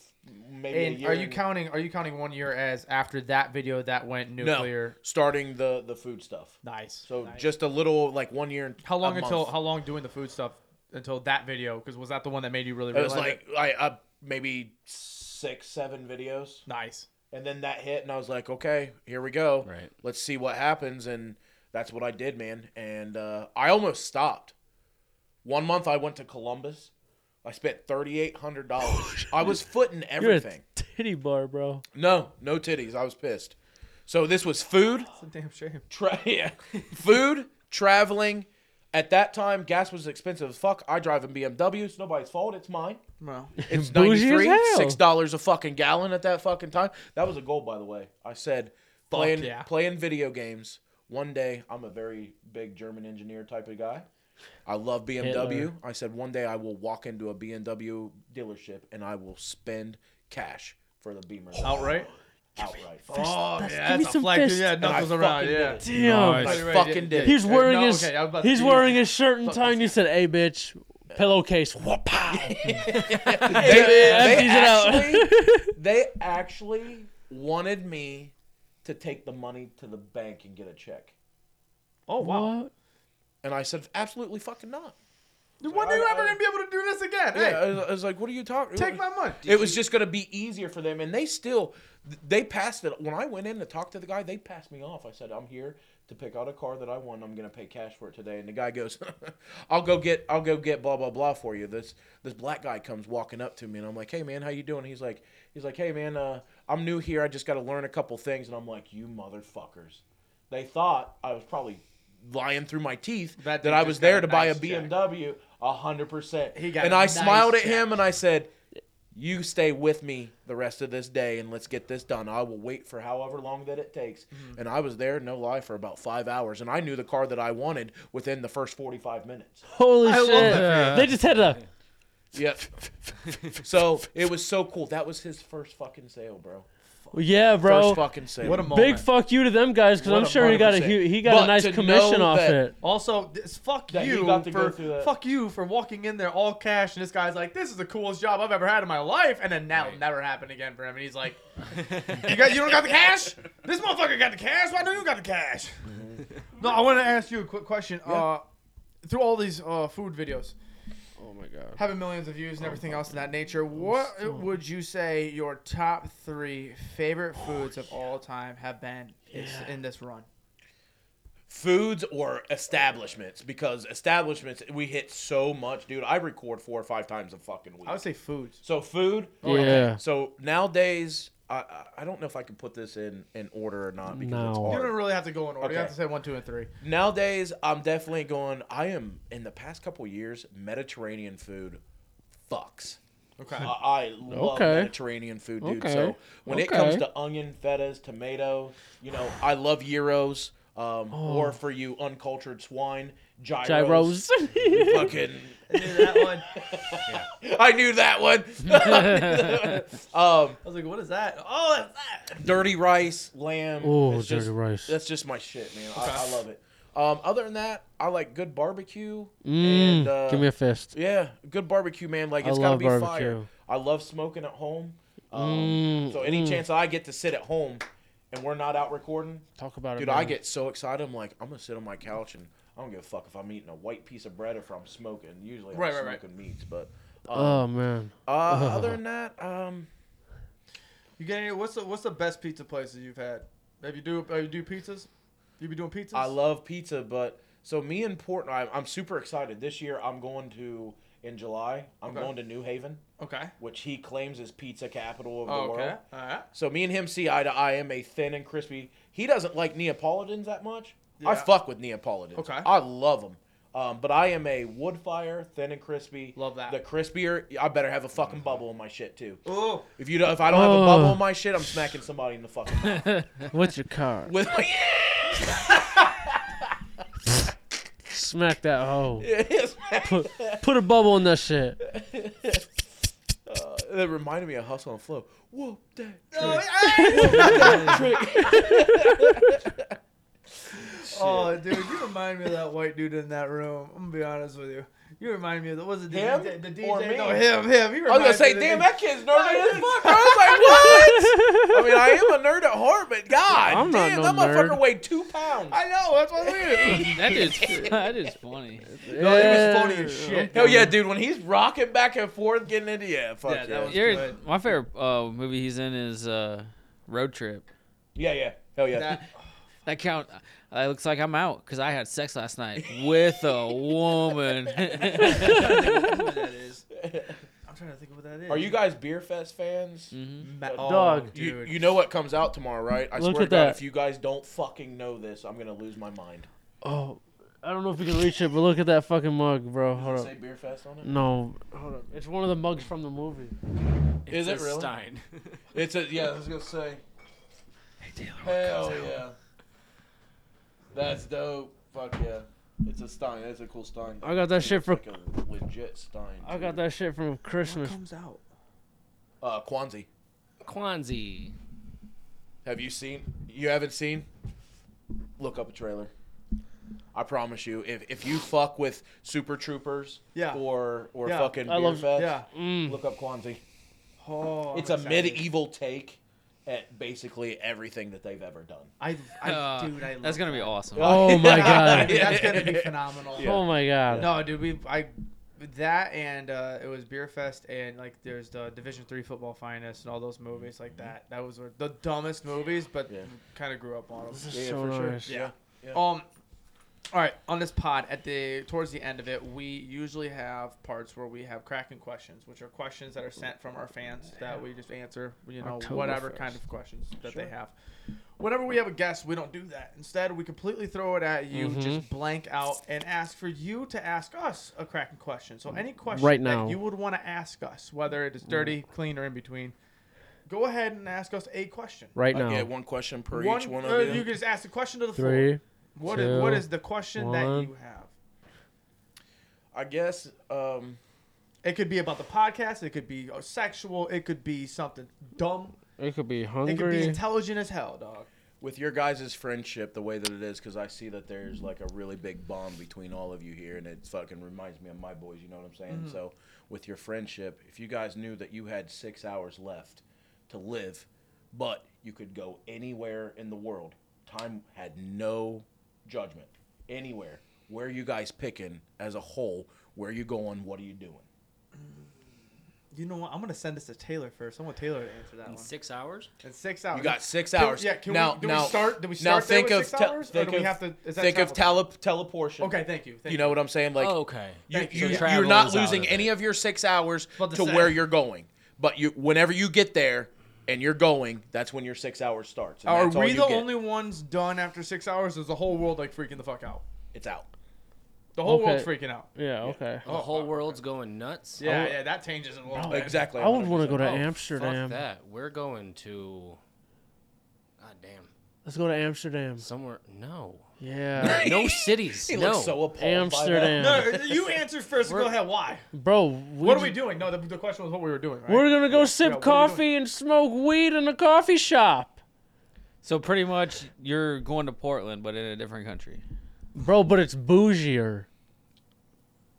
maybe a
And
year.
are you
and-
counting? Are you counting one year as after that video that went
No.
nuclear?
Starting the the food stuff.
Nice.
So
nice.
just a little like one year. And
how long
a
until
month.
how long doing the food stuff until that video? Because was that the one that made you really?
It was
realize
like I uh, maybe six, seven videos,
nice.
and then that hit, and I was like, okay, here we go.
Right.
Let's see what happens, and that's what I did, man. And uh, I almost stopped. One month I went to Columbus. I spent thirty eight hundred dollars. I was footing
You're a
everything.
titty bar, bro.
No, no titties. I was pissed. So this was food,
It's a damn shame.
tra- <laughs> yeah, food, traveling. At that time, gas was expensive as fuck. I drive a BMW. It's nobody's fault. It's mine.
Well,
<laughs>
It's
Bougie as
93,
hell.
six dollars a fucking gallon at that fucking time. That was a goal, by the way. I said playing
yeah.
playing video games. One day, I'm a very big German engineer type of guy. I love BMW.
Hitler.
I said one day I will walk into a BMW dealership and I will spend cash for the Beamer
Oh,
outright.
outright.
<laughs> Oh, yeah,
give me
that's a
some
flag.
fist.
Dude, yeah, knuckles
I
around.
fucking
Yeah.
did
Damn.
I
Right, right,
fucking
yeah,
did.
He's wearing
No,
his
okay, I was about to
he's
say-
wearing his shirt and tie, and he said, "Hey, bitch, pillowcase." Wha-pow.
they,
empties
<laughs> they,
it
<laughs>
out.
actually, they actually wanted me to take the money to the bank and get a check.
Oh wow.
What?
And I said, absolutely fucking not.
When are you
I-
ever
I-
gonna be able to do this again?
Yeah, I
Hey,
was, I was like, what are you talking?
take my money.
It was just gonna be easier for them, and they still, they passed it. When I went in to talk to the guy, they passed me off. I said, I'm here to pick out a car that I want. I'm gonna pay cash for it today. And the guy goes, <laughs> I'll go get, I'll go get blah blah blah for you. This this black guy comes walking up to me, and I'm like, hey man, how you doing? He's like, he's like, hey man, uh, I'm new here. I just gotta learn a couple things. And I'm like, you motherfuckers. They thought I was probably lying through my teeth
That
that,
dude
I
just
was
got
there
a
to buy a
nice check.
BMW. A hundred percent.
He got
And
a
I
nice
smiled at
check.
him and I said, "You stay with me the rest of this day and let's get this done. I will wait for however long that it takes."
Mm-hmm.
And I was there, no lie, for about five hours, and I knew the car that I wanted within the first forty-five minutes.
Holy
I love
shit!
that.
They just had a.
<laughs> Yep. so it was so cool. That was his first fucking sale, bro.
yeah, bro.
First fucking sale.
What a moment.
Big fuck you to them guys because
What
I'm
a
sure he got a
100%.
hu- he got
But
a nice
to know
commission off
that-
it.
Also, this, fuck
That you
you
got to go
for
through that.
fuck you for walking in there all cash, and this guy's like, "This is the coolest job I've ever had in my life," and then now
Right.
it never happened again for him, and he's
<laughs>
like, "You got you don't got the cash? This motherfucker got the cash. Why don't you got
<laughs>
the cash?" no, I want to ask you a quick question. Uh, through all these uh, food videos,
Oh my god. Oh
having millions of views and everything else of that nature, what would you say your top three favorite foods
Oh,
of all time have been is in this run?
foods or establishments because establishments we hit so much, dude. I record four or five times a fucking week.
I would say foods.
so food.
yeah.
So nowadays, I I- I don't know if I can put this in in order or not because it's
No.
You don't
hard.
really have to go in order. You have
Okay.
to say one, two, and three.
Nowadays, I'm definitely going. I am in the past couple years Mediterranean food fucks.
Okay.
I, I love
Okay.
Mediterranean food, dude.
Okay.
So when it comes
Okay.
to onion, fetas, tomato, you know, I love gyros. Um, Or for you uncultured swine, gyros.
Oh. Gyros.
Fucking,
that one.
I knew that
<laughs>
one. <laughs> um,
I was like, what is that? Oh, that's that.
dirty rice, lamb.
oh,
It's
dirty
just-
rice.
That's just my shit, man. I, I love it. Um, other than that, I like good barbecue. and, uh,
Mm, Give me a fist.
Yeah, good barbecue, man. Like
I
it's gotta
love
be fire.
barbecue.
I love smoking at home. Um,
Mm,
so any
mm.
chance I get to sit at home and we're not out recording,
Talk about
dude,
it.
I get so excited. I'm like, I'm gonna sit on my couch and I don't give a fuck if I'm eating a white piece of bread or if I'm smoking. Usually I'm
Right, right,
smoking
right.
meats, but um,
Oh man. <laughs>
uh, other than that, um,
You get any? What's the what's the best pizza places you've had? Have you do have you do pizzas? You be doing pizzas?
I love pizza, but so me and Portland, I'm, I'm super excited. This year, I'm going to in July. I'm
Okay.
going to New Haven,
Okay. Oh,
which he claims is pizza capital of the
Okay.
world.
All right.
So me and him see eye to eye. I'm a thin and crispy. He doesn't like Neapolitans that much. I
Yeah.
fuck with Neapolitans.
Okay.
I love them. Um, but I am a wood fire, thin and crispy.
Love that. Mm-hmm.
The crispier, I better have a fucking bubble in my shit too.
Oh, <laughs>
If you don't, if I don't have a bubble
Oh.
in my shit, I'm smacking somebody in the fucking mouth.
<laughs>
What's your car?
with my <laughs>
Smack that hoe.
Put,
Put, put a bubble in that shit.
<laughs> uh, that reminded me of Hustle and Flow. Whoop that.
<laughs> oh, dude, you remind me of that white dude in that room. I'm gonna be honest with you. You remind me of the was it the
Him
DJ? The DJ?
or me?
No, him, him. You
I was gonna
remind
say,
me of the
damn,
DJ.
that kid's nerdy as fuck. I was like, what? I mean, I am a nerd at heart, but god
I'm not
damn,
no
that motherfucker
nerd.
weighed two pounds.
I know. That's what I mean. <laughs>
That
<laughs>
is that is funny.
No, it was
Yeah.
funny as shit.
Hell yeah, dude! When he's rocking back and forth, getting into yeah, fuck yeah,
Yeah, that was-
You're,
Good.
my favorite uh, movie he's in is uh, Road Trip.
yeah, yeah, hell yeah. <laughs>
That-
That count. That looks like I'm out because I had sex
<laughs>
last night with a woman.
who that is. I'm trying to think of what that is.
Are you guys beer fest fans?
Ma- oh,
Dog.
You,
dude?
you know what comes out tomorrow, right? I
Look
swear
at
to God,
that.
if you guys don't fucking know this, I'm gonna lose my mind.
Oh, I don't know if you can reach it, but look at that fucking mug, bro. Hold
Does it
up.
say beer fest on it?
No, hold up. It's one of the mugs from the movie.
Is it
It's a
really?
Stein.
It's a yeah. I was gonna say. Hell yeah. That's dope. Fuck yeah. It's a Stein. That's a cool Stein.
I got that
It's
shit for-
like a legit Stein.
I
too.
got that shit from Christmas.
comes out?
Uh, Kwanzaa.
Kwanzaa.
Have you seen? You haven't seen? Look up a trailer. I promise you, if if you fuck with Super Troopers,
Yeah.
or or
Yeah.
fucking
I
Beer
love-
Fest,
Yeah.
Mm.
look up Kwanzaa.
Oh,
it's a
I'm excited.
medieval take at basically everything that they've ever done.
I, I
Uh,
dude, I love
That's gonna be
that.
awesome.
<laughs>
Oh
Yeah,
my god.
dude, that's gonna be phenomenal.
Oh my god.
No, dude, we I that and uh, it was Beer Fest and like there's the Division Three Football Finest and all those movies like that. That was the dumbest movies, but
Yeah.
kind of grew up on them.
This
Yeah,
is
yeah,
so
for sure.
nice.
Yeah.
Um, all right. On this pod, at the towards the end of it, we usually have parts where we have cracking questions, which are questions that are sent from our fans that we just answer. You know,
October
whatever
first.
kind of questions that they have. Whenever we have a guest, we don't do that. Instead, we completely throw it at you, just
Mm-hmm.
blank out, and ask for you to ask us a cracking question. So any question
Right now.
that you would want to ask us, whether it is dirty, clean, or in between, go ahead and ask us a question.
Right
I
now.
get one question per each one
uh,
of you.
you can just ask the question to the floor.
Three.
What is what
two,
is the question that
one.
you have?
I guess um,
It could be about the podcast. It could be uh, sexual. It could be something dumb.
It could be
It could be
hungry.
intelligent as hell, dog.
with your guys' friendship the way that it is because i see that there's like a really big bond between all of you here and it fucking reminds me of my boys you know what i'm saying so with your friendship if you guys knew that you had six hours left to live but you could go anywhere in the world time had no judgment anywhere where are you guys picking as a whole where are you going what are you doing
You know what? I'm gonna send this to Taylor first. I want Taylor to answer that
In
one.
six hours?
In six hours.
You got six
Can-
hours.
yeah, can we-
now,
do we
now,
start- do we
now
start there
think
with
of
six
te-
hours, or
think
do we
of,
have to- is that
think of tele- teleportion.
Okay, thank you. Thank
you know what I'm saying? Like,
okay.
you,
Thank you.
you,
So
are
travel
not
is out
losing
of
any of your six hours
About to
to
say.
where you're going. But you, whenever you get there and you're going, that's when your six hours starts. and
Are
that's all
we
you
the
get.
only ones done after six hours? Is the whole world like freaking the fuck out?
It's out.
The whole
Okay. Oh.
world's freaking out.
yeah. Okay.
The whole world's going nuts.
Yeah, yeah, that changes it a little bit.
Exactly.
I would want to go to
Oh,
Amsterdam.
Fuck that. We're going to. God damn.
Let's go to Amsterdam.
Somewhere. No.
<laughs>
Yeah.
No cities.
He
no.
looks so appalled. by that. <laughs>
Amsterdam.
No, you answer first. Go ahead. Why?
Bro,
What are we doing? No, the, the question was what we were doing. Right?
We're gonna go
yeah,
sip
what are we
coffee and smoke weed in a coffee shop,
So pretty much, you're going to Portland, but in a different country.
bro. But it's bougier.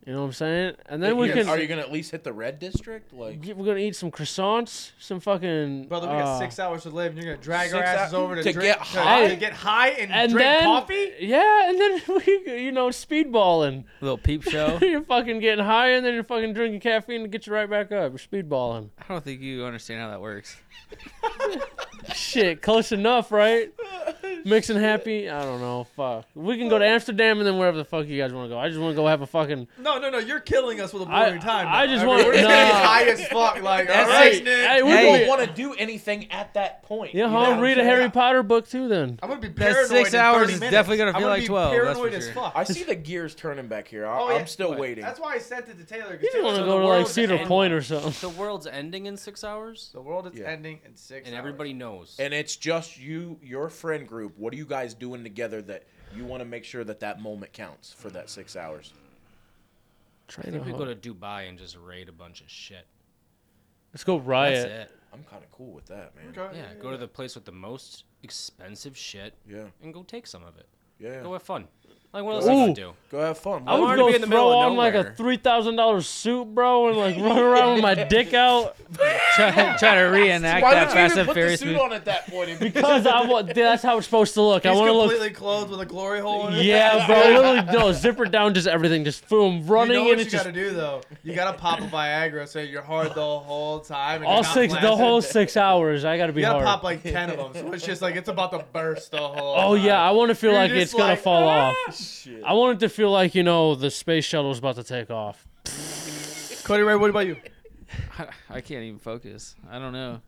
You know what I'm saying? And then we
You-
can.
Are you gonna at least hit the red district? Like,
yeah, We're gonna eat some croissants, some fucking.
Brother, we got
uh,
six hours to live, and you're gonna drag our
Six
asses
hou-
over to,
to
drink,
get
to-
high?
to, get high and,
And
drink
then
coffee.
Yeah, and then <laughs> we, you know, speedballing.
little
<laughs>
peep show.
<laughs> you're fucking getting high, and then you're fucking drinking caffeine to get you right back up.
<laughs>
You're speedballing.
I don't think you understand how that works. <laughs>
Shit, close
<laughs>
enough, right? Mixing happy. I don't know. Fuck. We can go to Amsterdam and then wherever the fuck you guys want to go. I just want to go have a fucking.
No, no, no, you're killing us with a
I-
boring time.
I
though.
just
mean,
want-
we're just gonna be
nah.
high as fuck. Like, all
That's
right,
it.
Nick.
Hey, we
you
Hey.
don't
hey,
want to do anything at that point.
yeah,
You
huh?
know what I'm
read a
saying?
Harry Potter book too, then.
I'm gonna be
That
paranoid.
six
in
hours
30
is
minutes.
definitely gonna
I'm
feel like
be
12, that's
Paranoid
for
as
sure.
fuck.
I see the gears turning back here. I,
Oh, yeah,
I'm still
but
waiting.
That's why I sent it to Taylor. 'cause
You just
Taylor
want to
said
go
the
to like
world's
Cedar
ending.
Point or something.
The world's ending in six hours?
The world is
Yeah.
ending in six.
And
hours.
everybody knows.
and it's just you your friend group what are you guys doing together that you want to make sure that that moment counts for that six hours
I
Train
think
to
we
Ho-
go to Dubai and just raid a bunch of shit.
Let's go
That's
riot.
it.
i'm kind of cool with that man
Okay.
Yeah, go to the place with the most expensive shit
yeah
and go take some of it.
yeah
Go have fun. Like what else am I
Ooh.
gonna do?
go have fun
I would
wanted to
go
be in the middle
throw
of
on like a
nowhere.
three thousand dollar suit, bro, and like run around with my dick out
<laughs> Try, try to
<laughs>
reenact
why
that
would you
Fast
even
and
put the
Furious
suit
movie.
on at that point If-
because I want. That's how it's supposed to look. I
He's
want to look
completely clothed with a glory hole. In it. <laughs>
Yeah, bro. Literally, no, zipper down, just everything, just boom,
You know
running,
what
and
you
it's just
gotta do though. You gotta pop a Viagra so you're hard the whole time. And
all
you're not
six, the
blasted.
whole six hours. I gotta be
You gotta
hard.
pop like ten of them, so it's just like it's about to burst the whole.
oh yeah, I want to feel
You're
like
just
it's gonna
like,
fall
"Ah!"
off. I want it to feel like you know the space shuttle is about to take off.
Cody Ray, what about you?
I can't even focus. I don't know.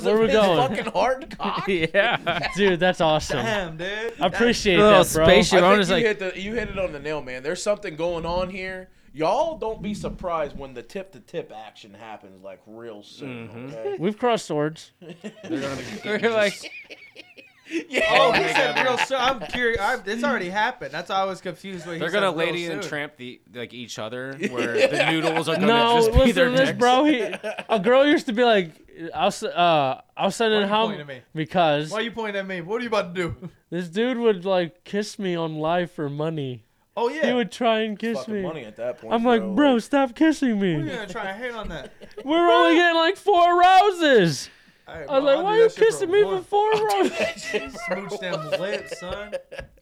Where we going,
fucking hard
<laughs>
cock
yeah.
dude? That's
<laughs>
awesome. I
Damn, dude.
appreciate
Little
that, bro.
I
spaceship.
think
I'm
you,
just like,
hit the, you hit it on the nail, man. There's something going on here. Y'all don't be surprised when the tip to tip action happens like real soon. Okay?
We've crossed swords.
we're
<laughs>
like,
Oh, he said real soon. I'm curious. i it's already happened. That's why I was confused. When he
They're
said
gonna
real
lady
soon.
and tramp the like each other where the noodles are gonna
No,
just be
listen
their
to this,
dicks.
bro. He, a girl used to be like, I'll, s- uh, I'll send
Why
in
you
how
pointing at me?
because
Why are you pointing at me? What are you about to do?
this dude would like kiss me on live for money.
Oh yeah.
He would try and kiss
Fucking
me.
money at that point.
I'm like, bro, stop kissing
You're
me.
gonna try and hate on
<laughs>
that.
We're only getting like four roses.
All right,
I
well,
was like,
I'll
why are
do
you
that shit
kissing me for <laughs>
one.
four roses?
Smooch them lips, son.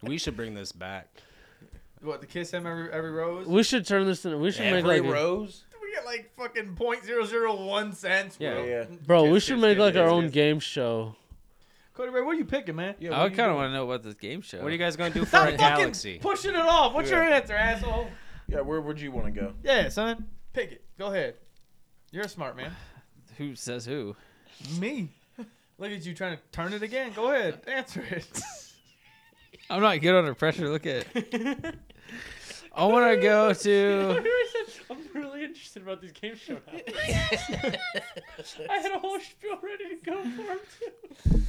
We should bring this back.
What to kiss him every every rose?
We should turn this in. We should
Every
make like, a-
rose.
We get like fucking point zero zero one cents.
Yeah.
Yeah.
bro, we
Kiss,
should
kiss,
make
kiss,
like our
kiss,
own
kiss.
game show.
Cody Ray, what are you picking, man?
yeah
I
what you
kind of want to know about this game show.
What are you guys gonna do for
Stop
a
fucking
galaxy?
pushing it off. What's your
Yeah.
answer, asshole?
Yeah, where would you want to go?
Yeah, son. Pick it. Go ahead. You're a smart man.
who says who?
<laughs> Me. Look at you trying to turn it again. Go ahead. Answer it.
I'm not good under pressure. Look at. I want to go to.
<laughs> I'm really interested about this game show. I had a whole spiel ready to go for him too.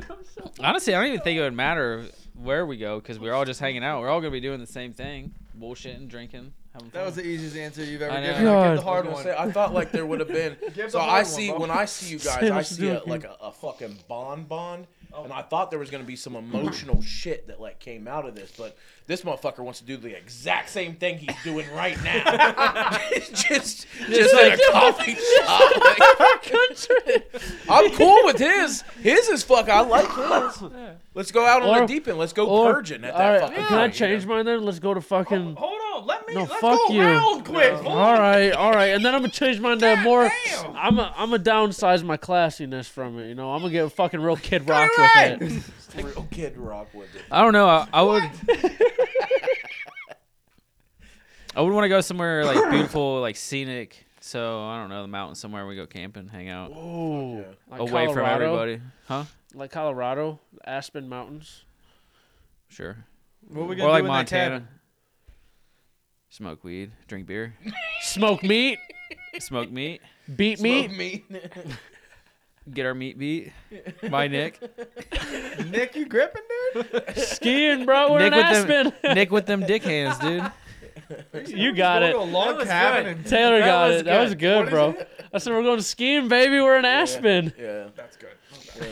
Dude, I'm so.
Honestly, I don't even think it would matter where we go because we're all just hanging out. We're all gonna be doing the same thing, bullshitting, drinking,
<laughs> That was the easiest answer you've ever
I know.
given. Now Get the
God.
hard
I was
one.
gonna
uh,
say, I thought like there would have been.
<laughs> Give
so
the
I
hard one,
see
bro.
when I
<laughs>
see you guys, I
Sam's
see a,
joking.
like a, a fucking bond bond,
Oh.
and I thought there was gonna be some emotional shit that like came out of this, but this motherfucker wants to do the exact same thing he's doing right
<laughs>
now, <laughs> just just in a coffee shop. like- I'm cool with his. His is fuck. I like his. Let's go out on
Or-
the deep end. Let's go
Or-
purging at
all
that
right,
fucking.
Can I
point, you know?
change mine then? Let's go to fucking.
Hold on, let me.
No,
Oh, let's go
fuck you.
round quick.
All right, all right, and then I'm gonna change mine to more.
damn.
I'm a, I'm gonna downsize my classiness from it. You know, I'm gonna get fucking real kid rock
right.
with it.
Real Kid Rock with it.
I don't know. I, I would. I would want to go somewhere like beautiful, like scenic. So I don't know the mountain somewhere we go camping, hang out
Ooh, like
<laughs> away from
Colorado,
everybody, huh?
Like Colorado, Aspen Mountains.
Sure.
What we
Or
gonna
like
do in that cabin?
Montana. Smoke weed, drink beer, <laughs>
Smoke meat,
smoke meat,
beat meat.
Me.
get our meat
<laughs>
beat by Nick.
Nick, you gripping, dude?
skiing, bro. We're
Nick
in
with
Aspen.
them, <laughs> Nick with them dick
<laughs>
hands, dude.
you got
Go
it.
to a log cabin and
Taylor
That
got
was
it. That was
good.
good,
What is
bro. I said we're going skiing, baby. We're in Aspen.
<laughs> Yeah.
That's good.
Yeah.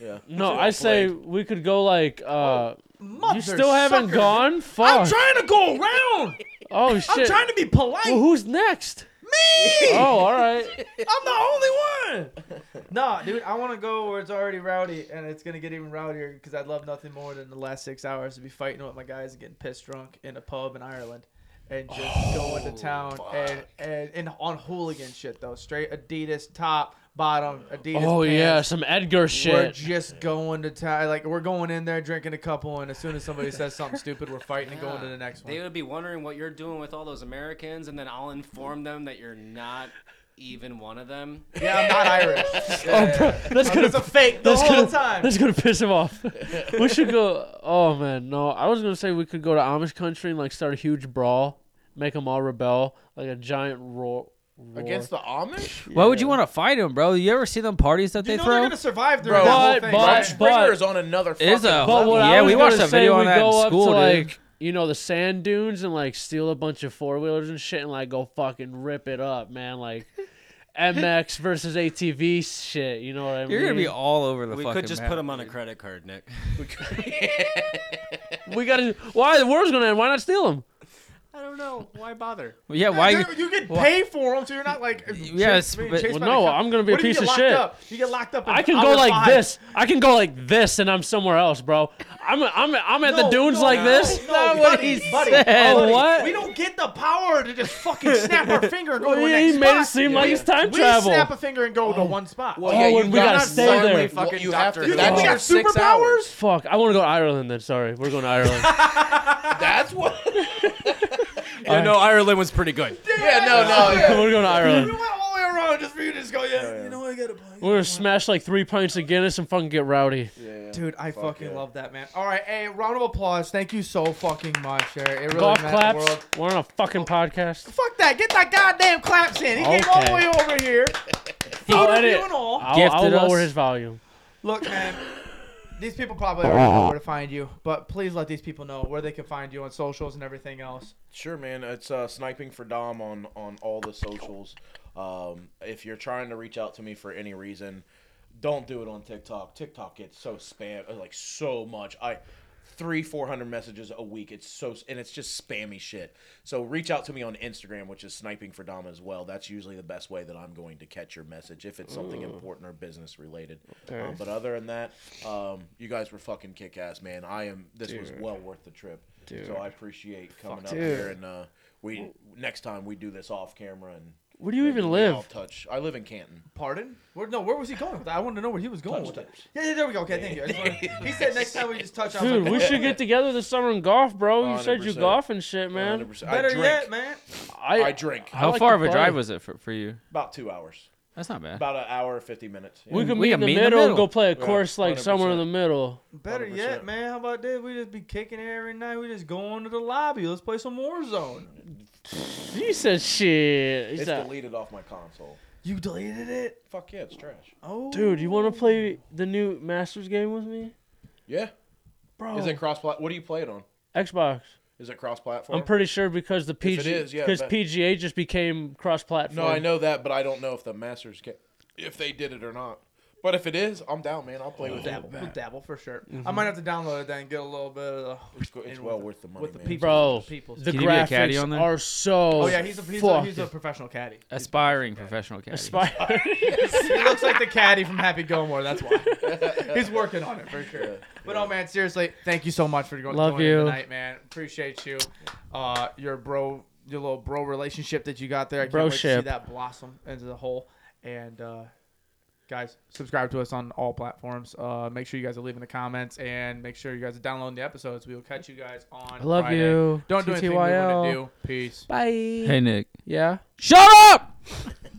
Yeah.
No, I say we could go like. uh
Mother
You still haven't
sucker.
gone?
I'm
Fuck.
trying to go around.
oh
I'm
shit.
trying to be polite.
well, who's next?
Me.
Oh,
<laughs>
all right.
I'm the only one. <laughs> Nah, dude, I want to go where it's already rowdy, and it's gonna get even rowdier because I'd love nothing more than the last six hours to be fighting with my guys and getting pissed drunk in a pub in Ireland, and just
Oh,
going to town and, and and on hooligan shit though, straight Adidas top, bottom Adidas.
Oh
pants.
yeah, some Edgar
We're
shit.
just going to town. Like we're going in there drinking a couple, and as soon as somebody says something stupid, we're fighting and going to the next
They
one.
would be wondering what you're doing with all those Americans, and then I'll inform them that you're not even one of them.
Yeah, I'm not Irish. Yeah.
<laughs> That's
I'm
Oh, gonna
just a fake the
that's
whole
gonna,
time.
<laughs> That's gonna piss him
<laughs>
off. we should go. Oh man, no. I was gonna say we could go to Amish country and like start a huge brawl, make them all rebel, like a giant roar. roar.
Against the Amish?
Why would you want to fight him, bro? You ever see them parties that
you
they
know
throw?
they're gonna survive through
Bro,
that whole
but-
thing.
but-
right?
Rod Springer is on another fucking
Is a-
But
level.
what
Yeah,
I was
we watched
gonna
a
say,
video on
we
that in
go up
school,
to,
dude.
like you know the sand dunes and like steal a bunch of four wheelers and shit and like go fucking rip it up, man.
<laughs>
Like MX versus ATV shit. You know what I mean?
You're gonna be all over the
we
fucking
could just
map.
put them on a credit card, Nick.
we gotta. Why the world's gonna end? Why not steal them?
I don't know. Why bother?
<laughs> Yeah, why?
you, you get paid for them, so you're not like
Yeah,
chased-
it's-
being
but-
chased
Well,
by
no,
the cop.
I'm gonna be a
What if you
piece
get
of
locked
shit.
Up? You get locked up. in
I can
hour
go like
five.
this. I can go like this, and I'm somewhere else, bro. I'm I'm I'm at
No,
the dunes
no,
like
no,
this.
no,
Not what
buddy,
he
buddy,
said.
buddy.
Oh, what?
We don't get the power to just fucking snap our finger and go to the
He
next
made it
spot.
seem like it's time
we
travel.
snap a finger and go to one spot.
Well,
Oh, and we gotta
gotta
stay
learn
there.
what
Fucking
you have to-
Dr.
you think
that's
we
your
got
six hours.
superpowers?
Fuck, I want to go to Ireland then. Sorry, we're going to Ireland.
<laughs>
That's what. <laughs>
Yeah, no, Ireland was pretty good.
yeah, no, no.
<laughs> we're
Yeah.
going to
We
Ireland.
went all the way around just for you to just go, yeah, you know what, I gotta play.
We're gonna smash like three pints of Guinness and fucking get rowdy.
Dude, I fucking
yeah.
love that, man. All right, hey, round of applause. Thank you so fucking much, Jerry. It really
Golf
meant the
claps.
world.
We're on a fucking podcast.
Fuck that. Get that goddamn claps in. He came all the
Okay.
way over
<laughs>
here.
I'll
Photo
edit.
you and all.
I'll,
Gifted
I'll lower
us.
his volume.
Look, man, these people probably already know where to find you, but please let these people know where they can find you on socials and everything else.
Sure, man. It's uh, sniping for Dom on on all the socials. Um, if you're trying to reach out to me for any reason, don't do it on TikTok. TikTok gets so spam uh, like so much. I three four hundred messages a week. It's so and it's just spammy shit. So reach out to me on Instagram, which is sniping for Dom as well. That's usually the best way that I'm going to catch your message if it's something important or business related. Um, but other than that, um, you guys were fucking kick ass, man. I am. This was well worth the trip. So I appreciate coming up here and uh, we next time we do this off camera and.
Where do you
maybe
even
we
live?
all Touch. I live in Canton.
Pardon? Where, no, where was he going with that? I wanted to know where he was going with it.
Touch
Yeah, yeah, there we go. Okay, thank you. I just
<laughs>
wanted- he said next time we just touch on
Dude, we should get together this summer and golf, bro. You said you
100%.
golf and shit, man.
100%. I
Better
drink.
yet, man.
I,
I drink.
I
How
like
far
to
of a
play.
drive was it for, for you?
About two hours.
That's not bad.
About an hour and fifty minutes.
We could
We
meet,
can
in, the middle and go play a
Yeah,
course like somewhere in the middle.
Better
100%.
yet, man. How about this? We just be kicking it every night. We just go into the lobby. Let's play some Warzone.
You said shit. He
It's
said-
deleted off my console.
You deleted it?
Fuck yeah, it's trash.
Oh,
Dude, you want to play the new Masters game with me?
Yeah.
Bro,
Is it cross play? What do you play it on?
Xbox.
Is it cross-platform?
I'm pretty sure because the
it
PG
is, yeah,
because
but-
PGA just became cross-platform.
no, I know that, but I don't know if the Masters ca if they did it or not. But if it is, I'm down, man. I'll play with
Dabble,
that.
we'll dabble for sure.
Mm-hmm.
I might have to download it then get a little bit of the,
It's, go-
And
it's well
with-
worth the money,
with the
man.
people.
Bro,
people.
the
Can you be a caddy
graphics
on there?
are so.
Oh yeah, he's a he's, a, <laughs> he's a professional caddy.
Aspiring professional caddy.
Aspire-
he looks like the caddy from Happy Gilmore. That's
<laughs>
why
<laughs>
he's working on it for sure. But no, man, seriously, thank you so much for going
Love
joining
you.
tonight, man. Appreciate you. Uh, your bro, your little bro relationship that you got there. I can't wait to see
Broship.
that blossom into the whole. And uh, guys, subscribe to us on all platforms. Uh, make sure you guys are leaving the comments and make sure you guys are downloading the episodes. We will catch you guys on.
I love
Friday.
you.
Don't do anything we want
TTYL.
to do. Peace.
Bye.
Hey Nick.
Yeah.
Shut up!